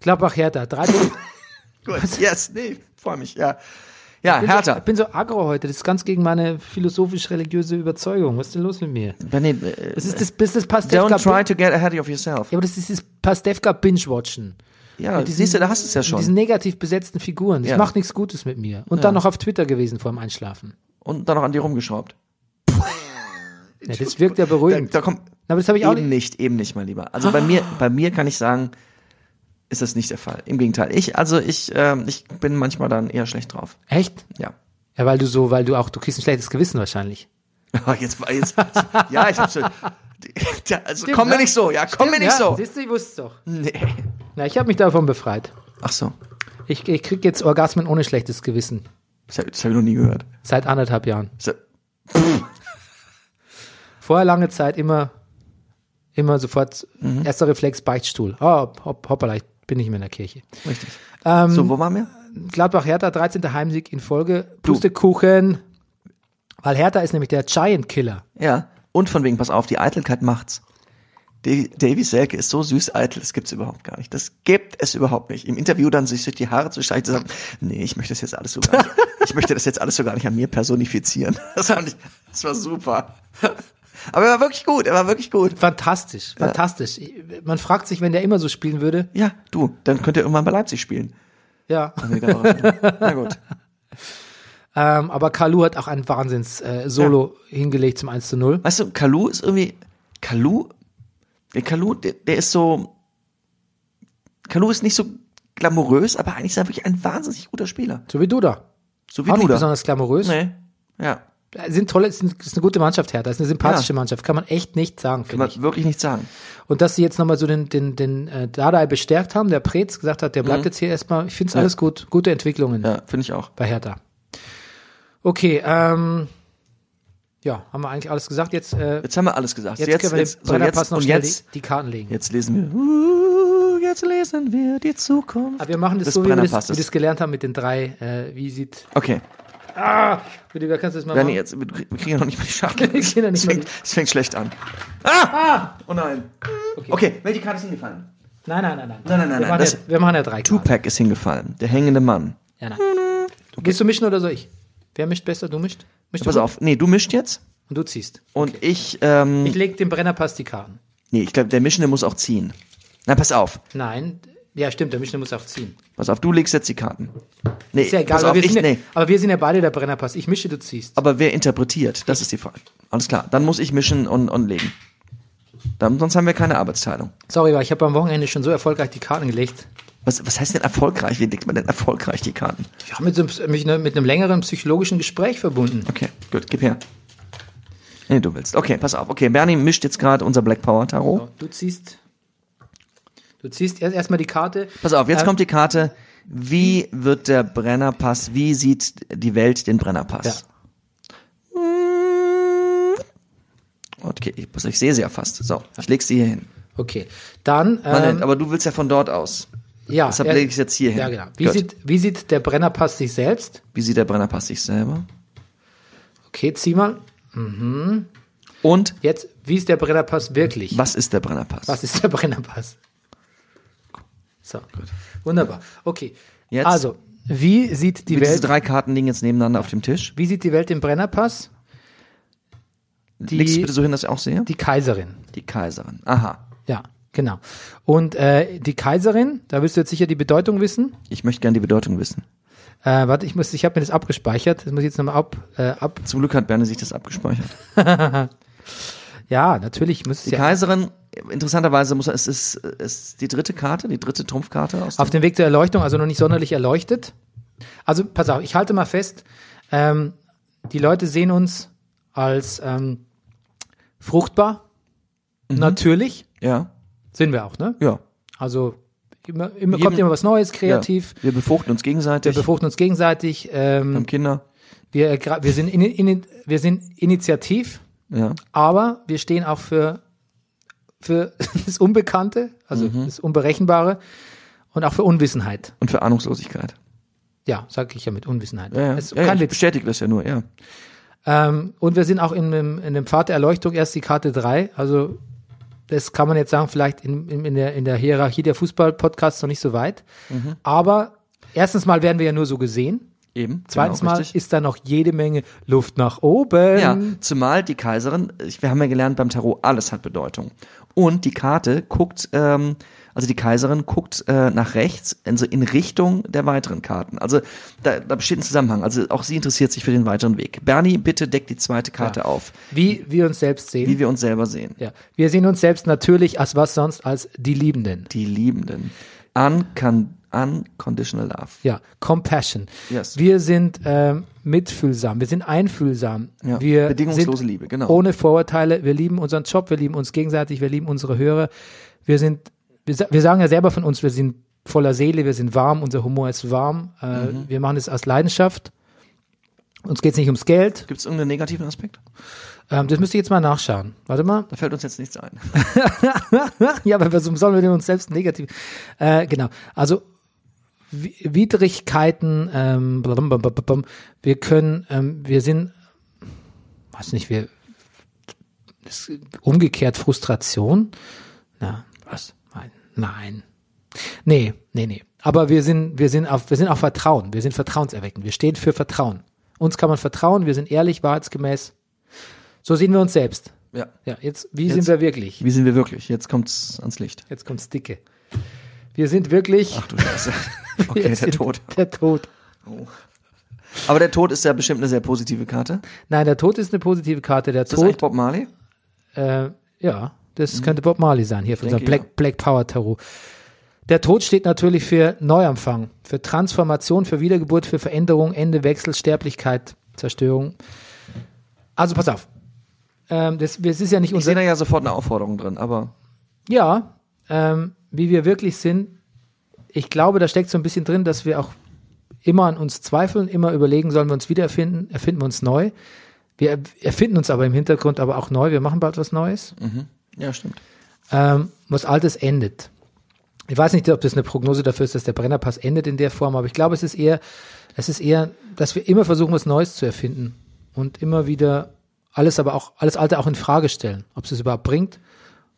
S2: Gladbach Hertha, 3
S1: Gut, yes, nee, freue mich, ja. Ja, Hertha.
S2: Ich bin so aggro heute. Das ist ganz gegen meine philosophisch-religiöse Überzeugung. Was ist denn los mit mir?
S1: Benny, äh,
S2: Das ist das, das, ist das
S1: don't
S2: Pastewka.
S1: try to get ahead of yourself.
S2: Ja, aber das ist das Pastewka Binge-Watchen.
S1: Ja, siehst du, da hast du es ja
S2: Mit diesen
S1: schon.
S2: negativ besetzten Figuren. Das
S1: Ja.
S2: macht nichts Gutes mit mir. Und dann noch auf Twitter gewesen vor dem Einschlafen.
S1: Und dann noch an dir rumgeschraubt.
S2: Ja, das wirkt ja
S1: Da,
S2: beruhigend.
S1: da kommt
S2: Na, aber das habe ich auch
S1: eben
S2: nicht.
S1: nicht, eben nicht, mein Lieber. Also bei
S2: Ah.
S1: mir, bei mir kann ich sagen, ist das nicht der Fall. Im Gegenteil. Ich, also ich, ähm, ich bin manchmal dann eher schlecht drauf.
S2: Echt?
S1: Ja.
S2: Ja, weil du so, weil du auch, du kriegst ein schlechtes Gewissen wahrscheinlich.
S1: Ah, Jetzt, war- jetzt, ja, ich hab's schon. Ja, also
S2: Stimmt,
S1: komm mir
S2: ne?
S1: nicht so, ja, komm mir nicht
S2: ja,
S1: so.
S2: Siehst du, ich wusste es doch.
S1: Nee.
S2: Na, ich habe mich davon befreit.
S1: Ach so,
S2: Ich, ich krieg jetzt Orgasmen ohne schlechtes Gewissen.
S1: das habe hab ich noch nie gehört.
S2: Seit anderthalb Jahren.
S1: Das hab-
S2: Vorher lange Zeit immer, immer sofort,
S1: Mhm.
S2: erster Reflex, Beichtstuhl. Oh, hopp, hoppala, ich bin nicht mehr in der Kirche.
S1: Richtig.
S2: Ähm,
S1: so, wo waren wir?
S2: Gladbach Hertha, 13. Heimsieg in Folge. Pustekuchen. Weil Hertha ist nämlich der Giant Killer.
S1: Ja. Und von wegen, pass auf, die Eitelkeit macht's. Da- Davy Selke ist so süß eitel, das gibt's überhaupt gar nicht. Das gibt es überhaupt nicht. Im Interview dann sich durch die Haare zu steigen, zu sagen, nee, ich möchte das jetzt alles so gar nicht, ich möchte das jetzt alles so gar nicht an mir personifizieren. Das war, nicht, das war super. Aber er war wirklich gut, er war wirklich gut.
S2: Fantastisch, fantastisch. Ich- Man fragt sich, wenn der immer so spielen würde.
S1: Ja, du, dann könnt ihr irgendwann bei Leipzig spielen.
S2: Ja.
S1: Nee, da war er. Na gut.
S2: Ähm, aber Kalu hat auch ein Wahnsinns-Solo hingelegt zum 1 zu 0.
S1: Weißt du, Kalu ist irgendwie, Kalu, der Kalu, der, der ist so, Kalu ist nicht so glamourös, aber eigentlich ist er wirklich ein wahnsinnig guter Spieler.
S2: So wie du da.
S1: So wie
S2: Auch
S1: du
S2: nicht
S1: da.
S2: besonders glamourös.
S1: Nee. Ja.
S2: Äh, Sind tolle, ist, ein- ist eine gute Mannschaft, Hertha. Ist eine sympathische
S1: Ja.
S2: Mannschaft. Kann man echt nicht sagen,
S1: Kann
S2: finde
S1: man
S2: ich.
S1: wirklich nicht sagen.
S2: Und dass sie jetzt nochmal so den, den, den äh, Dardai bestärkt haben, der Preetz gesagt hat, der bleibt jetzt hier erstmal, ich finde es alles gut, gute Entwicklungen
S1: Mhm. Ja, finde ich auch.
S2: bei Hertha. Okay, ähm, ja, haben wir eigentlich alles gesagt. Jetzt, äh, jetzt,
S1: Jetzt haben wir alles gesagt.
S2: können wir den
S1: so
S2: Brennerpass
S1: jetzt,
S2: noch
S1: und
S2: schnell
S1: jetzt,
S2: die, die Karten legen.
S1: jetzt lesen wir, uh, jetzt lesen wir die Zukunft.
S2: Aber wir machen das,
S1: des
S2: so, wie wir das, wie
S1: Brennerpasses.
S2: das gelernt haben mit den drei, äh, wie sieht,
S1: Okay.
S2: Rüdiger, kannst du das mal
S1: Bernie,
S2: machen?
S1: jetzt, wir wir kriegen ja noch nicht mal die Schachtel.
S2: Wir
S1: es,
S2: kriegen ja nicht mal
S1: fängt,
S2: die-
S1: es fängt schlecht an. Ah! Oh nein. Okay. welche Karte ist Ihnen gefallen?
S2: Nein, nein, nein, nein.
S1: Nein, nein, nein,
S2: wir,
S1: nein,
S2: machen
S1: das-
S2: ja, wir machen ja drei Karten.
S1: Tupac ist hingefallen. Der hängende Mann.
S2: Ja, nein. Willst du mischen oder soll ich? Wer mischt besser? Du mischt? Mischst
S1: Pass
S2: du?
S1: auf. Nee, du mischt jetzt.
S2: Und du ziehst.
S1: Und ich, ähm,
S2: Ich leg dem Brennerpass die Karten.
S1: nee, ich glaube, der Mischende muss auch ziehen. Na, pass auf.
S2: Nein, ja stimmt, der Mischner muss auch ziehen.
S1: Pass auf, du legst jetzt die Karten. Nee,
S2: Ist ja egal,
S1: pass
S2: aber
S1: auf,
S2: wir,
S1: ich,
S2: sind ja,
S1: nee.
S2: aber wir sind ja beide der Brennerpass. Ich mische, du ziehst.
S1: Aber wer interpretiert? Das ist die Frage. Alles klar. Dann muss ich mischen und, und legen. Dann, sonst haben wir keine Arbeitsteilung.
S2: Sorry, aber ich habe am Wochenende schon so erfolgreich die Karten gelegt.
S1: Was, was heißt denn erfolgreich? Wie legt man denn erfolgreich die Karten?
S2: Ja, mit, so, einem- mit, einem- mit einem längeren psychologischen Gespräch verbunden.
S1: Okay, gut, gib her. Nee, du willst. Okay, pass auf. Okay, Bernie mischt jetzt gerade unser Black Power Tarot.
S2: So, du ziehst. Du ziehst erst erstmal die Karte.
S1: Pass auf, jetzt
S2: Ähm,
S1: kommt die Karte. Wie wird der Brennerpass, wie sieht die Welt den Brennerpass? Hm. Okay, ich, pass auf, ich sehe sie ja fast. So, ich leg's dir hier hin.
S2: Okay, dann.
S1: Mann,
S2: Ähm,
S1: aber du willst ja von dort aus.
S2: ja,
S1: deshalb
S2: ja,
S1: lege ich's jetzt hier hin.
S2: Ja, genau. Wie
S1: Gut.
S2: sieht, wie sieht der Brennerpass sich selbst?
S1: Wie sieht der Brennerpass sich selber?
S2: Okay, zieh mal.
S1: Und
S2: Jetzt, wie ist der Brennerpass wirklich?
S1: was ist der Brennerpass?
S2: Was ist der Brennerpass? So, wunderbar. Okay,
S1: Jetzt-
S2: also, wie sieht die
S1: Wie diese
S2: Welt,
S1: drei Karten liegen jetzt nebeneinander auf dem Tisch.
S2: wie sieht die Welt im Brennerpass? Die,
S1: Legst du bitte so hin, dass ich auch sehe?
S2: die Kaiserin.
S1: Die Kaiserin. Aha.
S2: Ja, genau. Und äh, die Kaiserin, da willst du jetzt sicher die Bedeutung wissen.
S1: Ich möchte gerne die Bedeutung wissen.
S2: Äh, warte, ich muss, ich habe mir das abgespeichert. Das muss ich jetzt nochmal ab, äh, ab.
S1: Zum Glück hat Berne sich das abgespeichert.
S2: Ja, natürlich muss es
S1: Die
S2: ja.
S1: Kaiserin, interessanterweise muss es ist, es ist die dritte Karte, die dritte Trumpfkarte aus
S2: Auf dem Weg zur Erleuchtung, also noch nicht sonderlich erleuchtet. Also, pass auf, ich halte mal fest, ähm, die Leute sehen uns als ähm, fruchtbar. Natürlich.
S1: dem, ja,
S2: Sind wir auch, ne?
S1: ja,
S2: Also immer, immer
S1: Jedem-
S2: kommt immer was Neues, kreativ.
S1: ja. Wir befruchten uns
S2: Wir
S1: gegenseitig.
S2: befruchten uns gegenseitig. Ähm,
S1: haben Kinder.
S2: wir, ergra- wir, sind in, in, wir sind initiativ.
S1: Ja.
S2: aber wir stehen auch für, für das Unbekannte, also das Unberechenbare und auch für Unwissenheit.
S1: Und für Ahnungslosigkeit.
S2: Ja, sage ich ja mit Unwissenheit.
S1: Ja, ja.
S2: Es ist
S1: ja, ja,
S2: kein
S1: ich
S2: Witz.
S1: bestätige das ja nur, ja.
S2: Ähm, und wir sind auch in dem, in dem Pfad der Erleuchtung erst die Karte 3. Also das kann man jetzt sagen, vielleicht in, in, in, der, in der Hierarchie der Fußball-Podcasts noch nicht so weit.
S1: Mhm.
S2: Aber erstens mal werden wir ja nur so gesehen.
S1: Eben.
S2: Zweitens
S1: genau,
S2: mal
S1: richtig.
S2: ist da noch jede Menge Luft nach oben.
S1: Ja, zumal die Kaiserin, ich, wir haben ja gelernt beim Tarot, alles hat Bedeutung. Und die Karte guckt, ähm, also die Kaiserin guckt äh, nach rechts, also in Richtung der weiteren Karten. Also da, da besteht ein Zusammenhang. Also auch sie interessiert sich für den weiteren Weg. Bernie, bitte deck die zweite Karte auf,
S2: Wie wir uns selbst sehen.
S1: wie wir uns selber sehen.
S2: Ja, wir sehen uns selbst natürlich als was sonst als die Liebenden.
S1: Die Liebenden. Uncon unconditional Love.
S2: Ja, Compassion.
S1: Yes.
S2: Wir sind ähm, mitfühlsam, wir sind einfühlsam.
S1: Ja,
S2: Wir
S1: bedingungslose
S2: sind
S1: Liebe, genau.
S2: Ohne Vorurteile, wir lieben unseren Job, wir lieben uns gegenseitig, wir lieben unsere Hörer. Wir sind, wir, sa- wir sagen ja selber von uns, wir sind voller Seele, wir sind warm, unser Humor ist warm. Äh,
S1: Mhm.
S2: Wir machen es aus Leidenschaft. Uns geht's nicht ums Geld.
S1: Gibt es irgendeinen negativen Aspekt?
S2: Ähm, das müsste ich jetzt mal nachschauen. Warte mal.
S1: Da fällt uns jetzt nichts ein.
S2: ja, aber warum sollen wir denn uns selbst negativ? Äh, genau. Also Wi- Widrigkeiten, ähm, blum, blum, blum, blum, blum. wir können, ähm, wir sind, weiß nicht, wir das, umgekehrt Frustration. Na, was? Nein, nein. Nee, nee, nee. Aber wir sind, wir sind auf, wir sind auf Vertrauen. Wir sind vertrauenserweckend. Wir stehen für Vertrauen. Uns kann man vertrauen. Wir sind ehrlich, wahrheitsgemäß. So sehen wir uns selbst.
S1: Ja.
S2: Ja, jetzt, wie
S1: Jetzt-
S2: sind wir wirklich?
S1: Wie sind wir wirklich? Jetzt kommt's ans Licht.
S2: Jetzt kommt's dicke. Wir sind wirklich.
S1: Ach du Scheiße.
S2: wir
S1: Okay, der
S2: sind
S1: Tod.
S2: Der Tod.
S1: Aber der Tod ist ja bestimmt eine sehr positive Karte.
S2: Nein, der Tod ist eine positive Karte. Der
S1: Ist das eigentlich
S2: Tod,
S1: Bob Marley?
S2: äh, ja, das könnte Bob Marley sein, hier von
S1: Denke
S2: unserem Black,
S1: ja.
S2: Black Power Tarot. Der Tod steht natürlich für Neuanfang, für Transformation, für Wiedergeburt, für Veränderung, Ende, Wechsel, Sterblichkeit, Zerstörung. Also pass auf. Ähm, das, das ist ja nicht
S1: Ich sehe
S2: unser.
S1: da ja sofort eine Aufforderung drin, aber
S2: Ja, ähm, wie wir wirklich sind. Ich glaube, da steckt so ein bisschen drin, dass wir auch immer an uns zweifeln, immer überlegen, sollen wir uns wiedererfinden, erfinden wir uns neu. Wir er- erfinden uns aber im Hintergrund aber auch neu, wir machen bald was Neues.
S1: ja, stimmt.
S2: Ähm, was Altes endet. Ich weiß nicht, ob das eine Prognose dafür ist, dass der Brennerpass endet in der Form, aber ich glaube, es ist eher, es ist eher, dass wir immer versuchen, was Neues zu erfinden und immer wieder alles, aber auch alles Alte auch in Frage stellen, ob es es überhaupt bringt.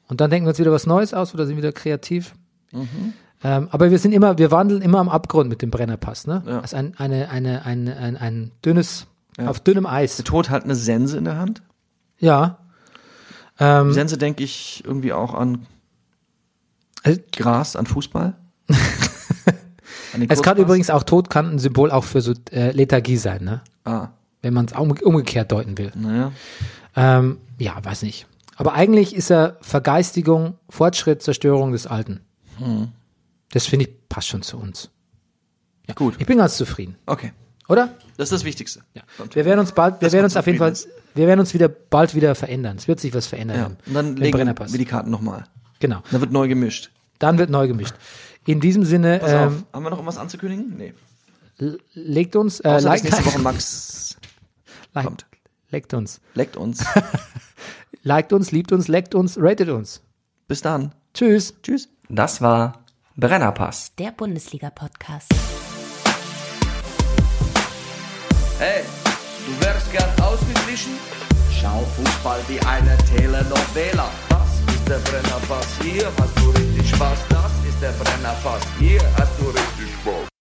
S2: Und dann denken wir uns wieder was Neues aus oder sind wieder kreativ. Ähm, aber wir sind immer, wir wandeln immer am Abgrund mit dem Brennerpass, ne?
S1: Ja.
S2: Also ein, eine, eine, ein, ein, ein dünnes, auf dünnem Eis.
S1: Der Tod hat eine Sense in der Hand.
S2: Ja. Ähm,
S1: Sense denke ich irgendwie auch an
S2: also
S1: Gras, an Fußball. an den
S2: Es kann
S1: Kurzpass.
S2: übrigens auch Tod kann ein Symbol auch für so äh, Lethargie sein, ne?
S1: Ah,
S2: Wenn man es umgekehrt deuten will.
S1: naja.
S2: Ähm, ja, weiß nicht. Aber eigentlich ist er Vergeistigung, Fortschritt, Zerstörung des Alten.
S1: Hm.
S2: Das finde ich passt schon zu uns. Ja.
S1: Gut.
S2: Ich bin ganz zufrieden,
S1: Okay.
S2: oder?
S1: Das ist das Wichtigste.
S2: Ja.
S1: Kommt.
S2: Wir werden uns bald, wir
S1: Dass
S2: werden
S1: man
S2: uns auf jeden Fall,
S1: zufrieden
S2: wir werden uns wieder bald wieder verändern. Es wird sich was verändern.
S1: ja.
S2: im-
S1: Und dann
S2: im
S1: legen
S2: Brennerpass.
S1: wir die Karten nochmal.
S2: Genau.
S1: Dann wird neu gemischt.
S2: Dann wird neu gemischt. In diesem Sinne
S1: Pass
S2: ähm,
S1: auf. Haben wir noch irgendwas anzukündigen? Nee.
S2: legt uns, äh,
S1: Außer, dass
S2: like,
S1: nächste Woche Max
S2: like,
S1: kommt.
S2: legt uns.
S1: Leckt uns.
S2: Liked uns, liebt uns, leckt uns, ratet uns.
S1: Bis dann.
S2: Tschüss.
S1: Tschüss.
S3: Das war Brennerpass.
S4: Der Bundesliga-Podcast.
S5: Hey, du wärst gern ausgeglichen? Schau Fußball wie eine Telenovela. Das ist der Brennerpass, hier hast du richtig Spaß. Das ist der Brennerpass, hier hast du richtig Spaß.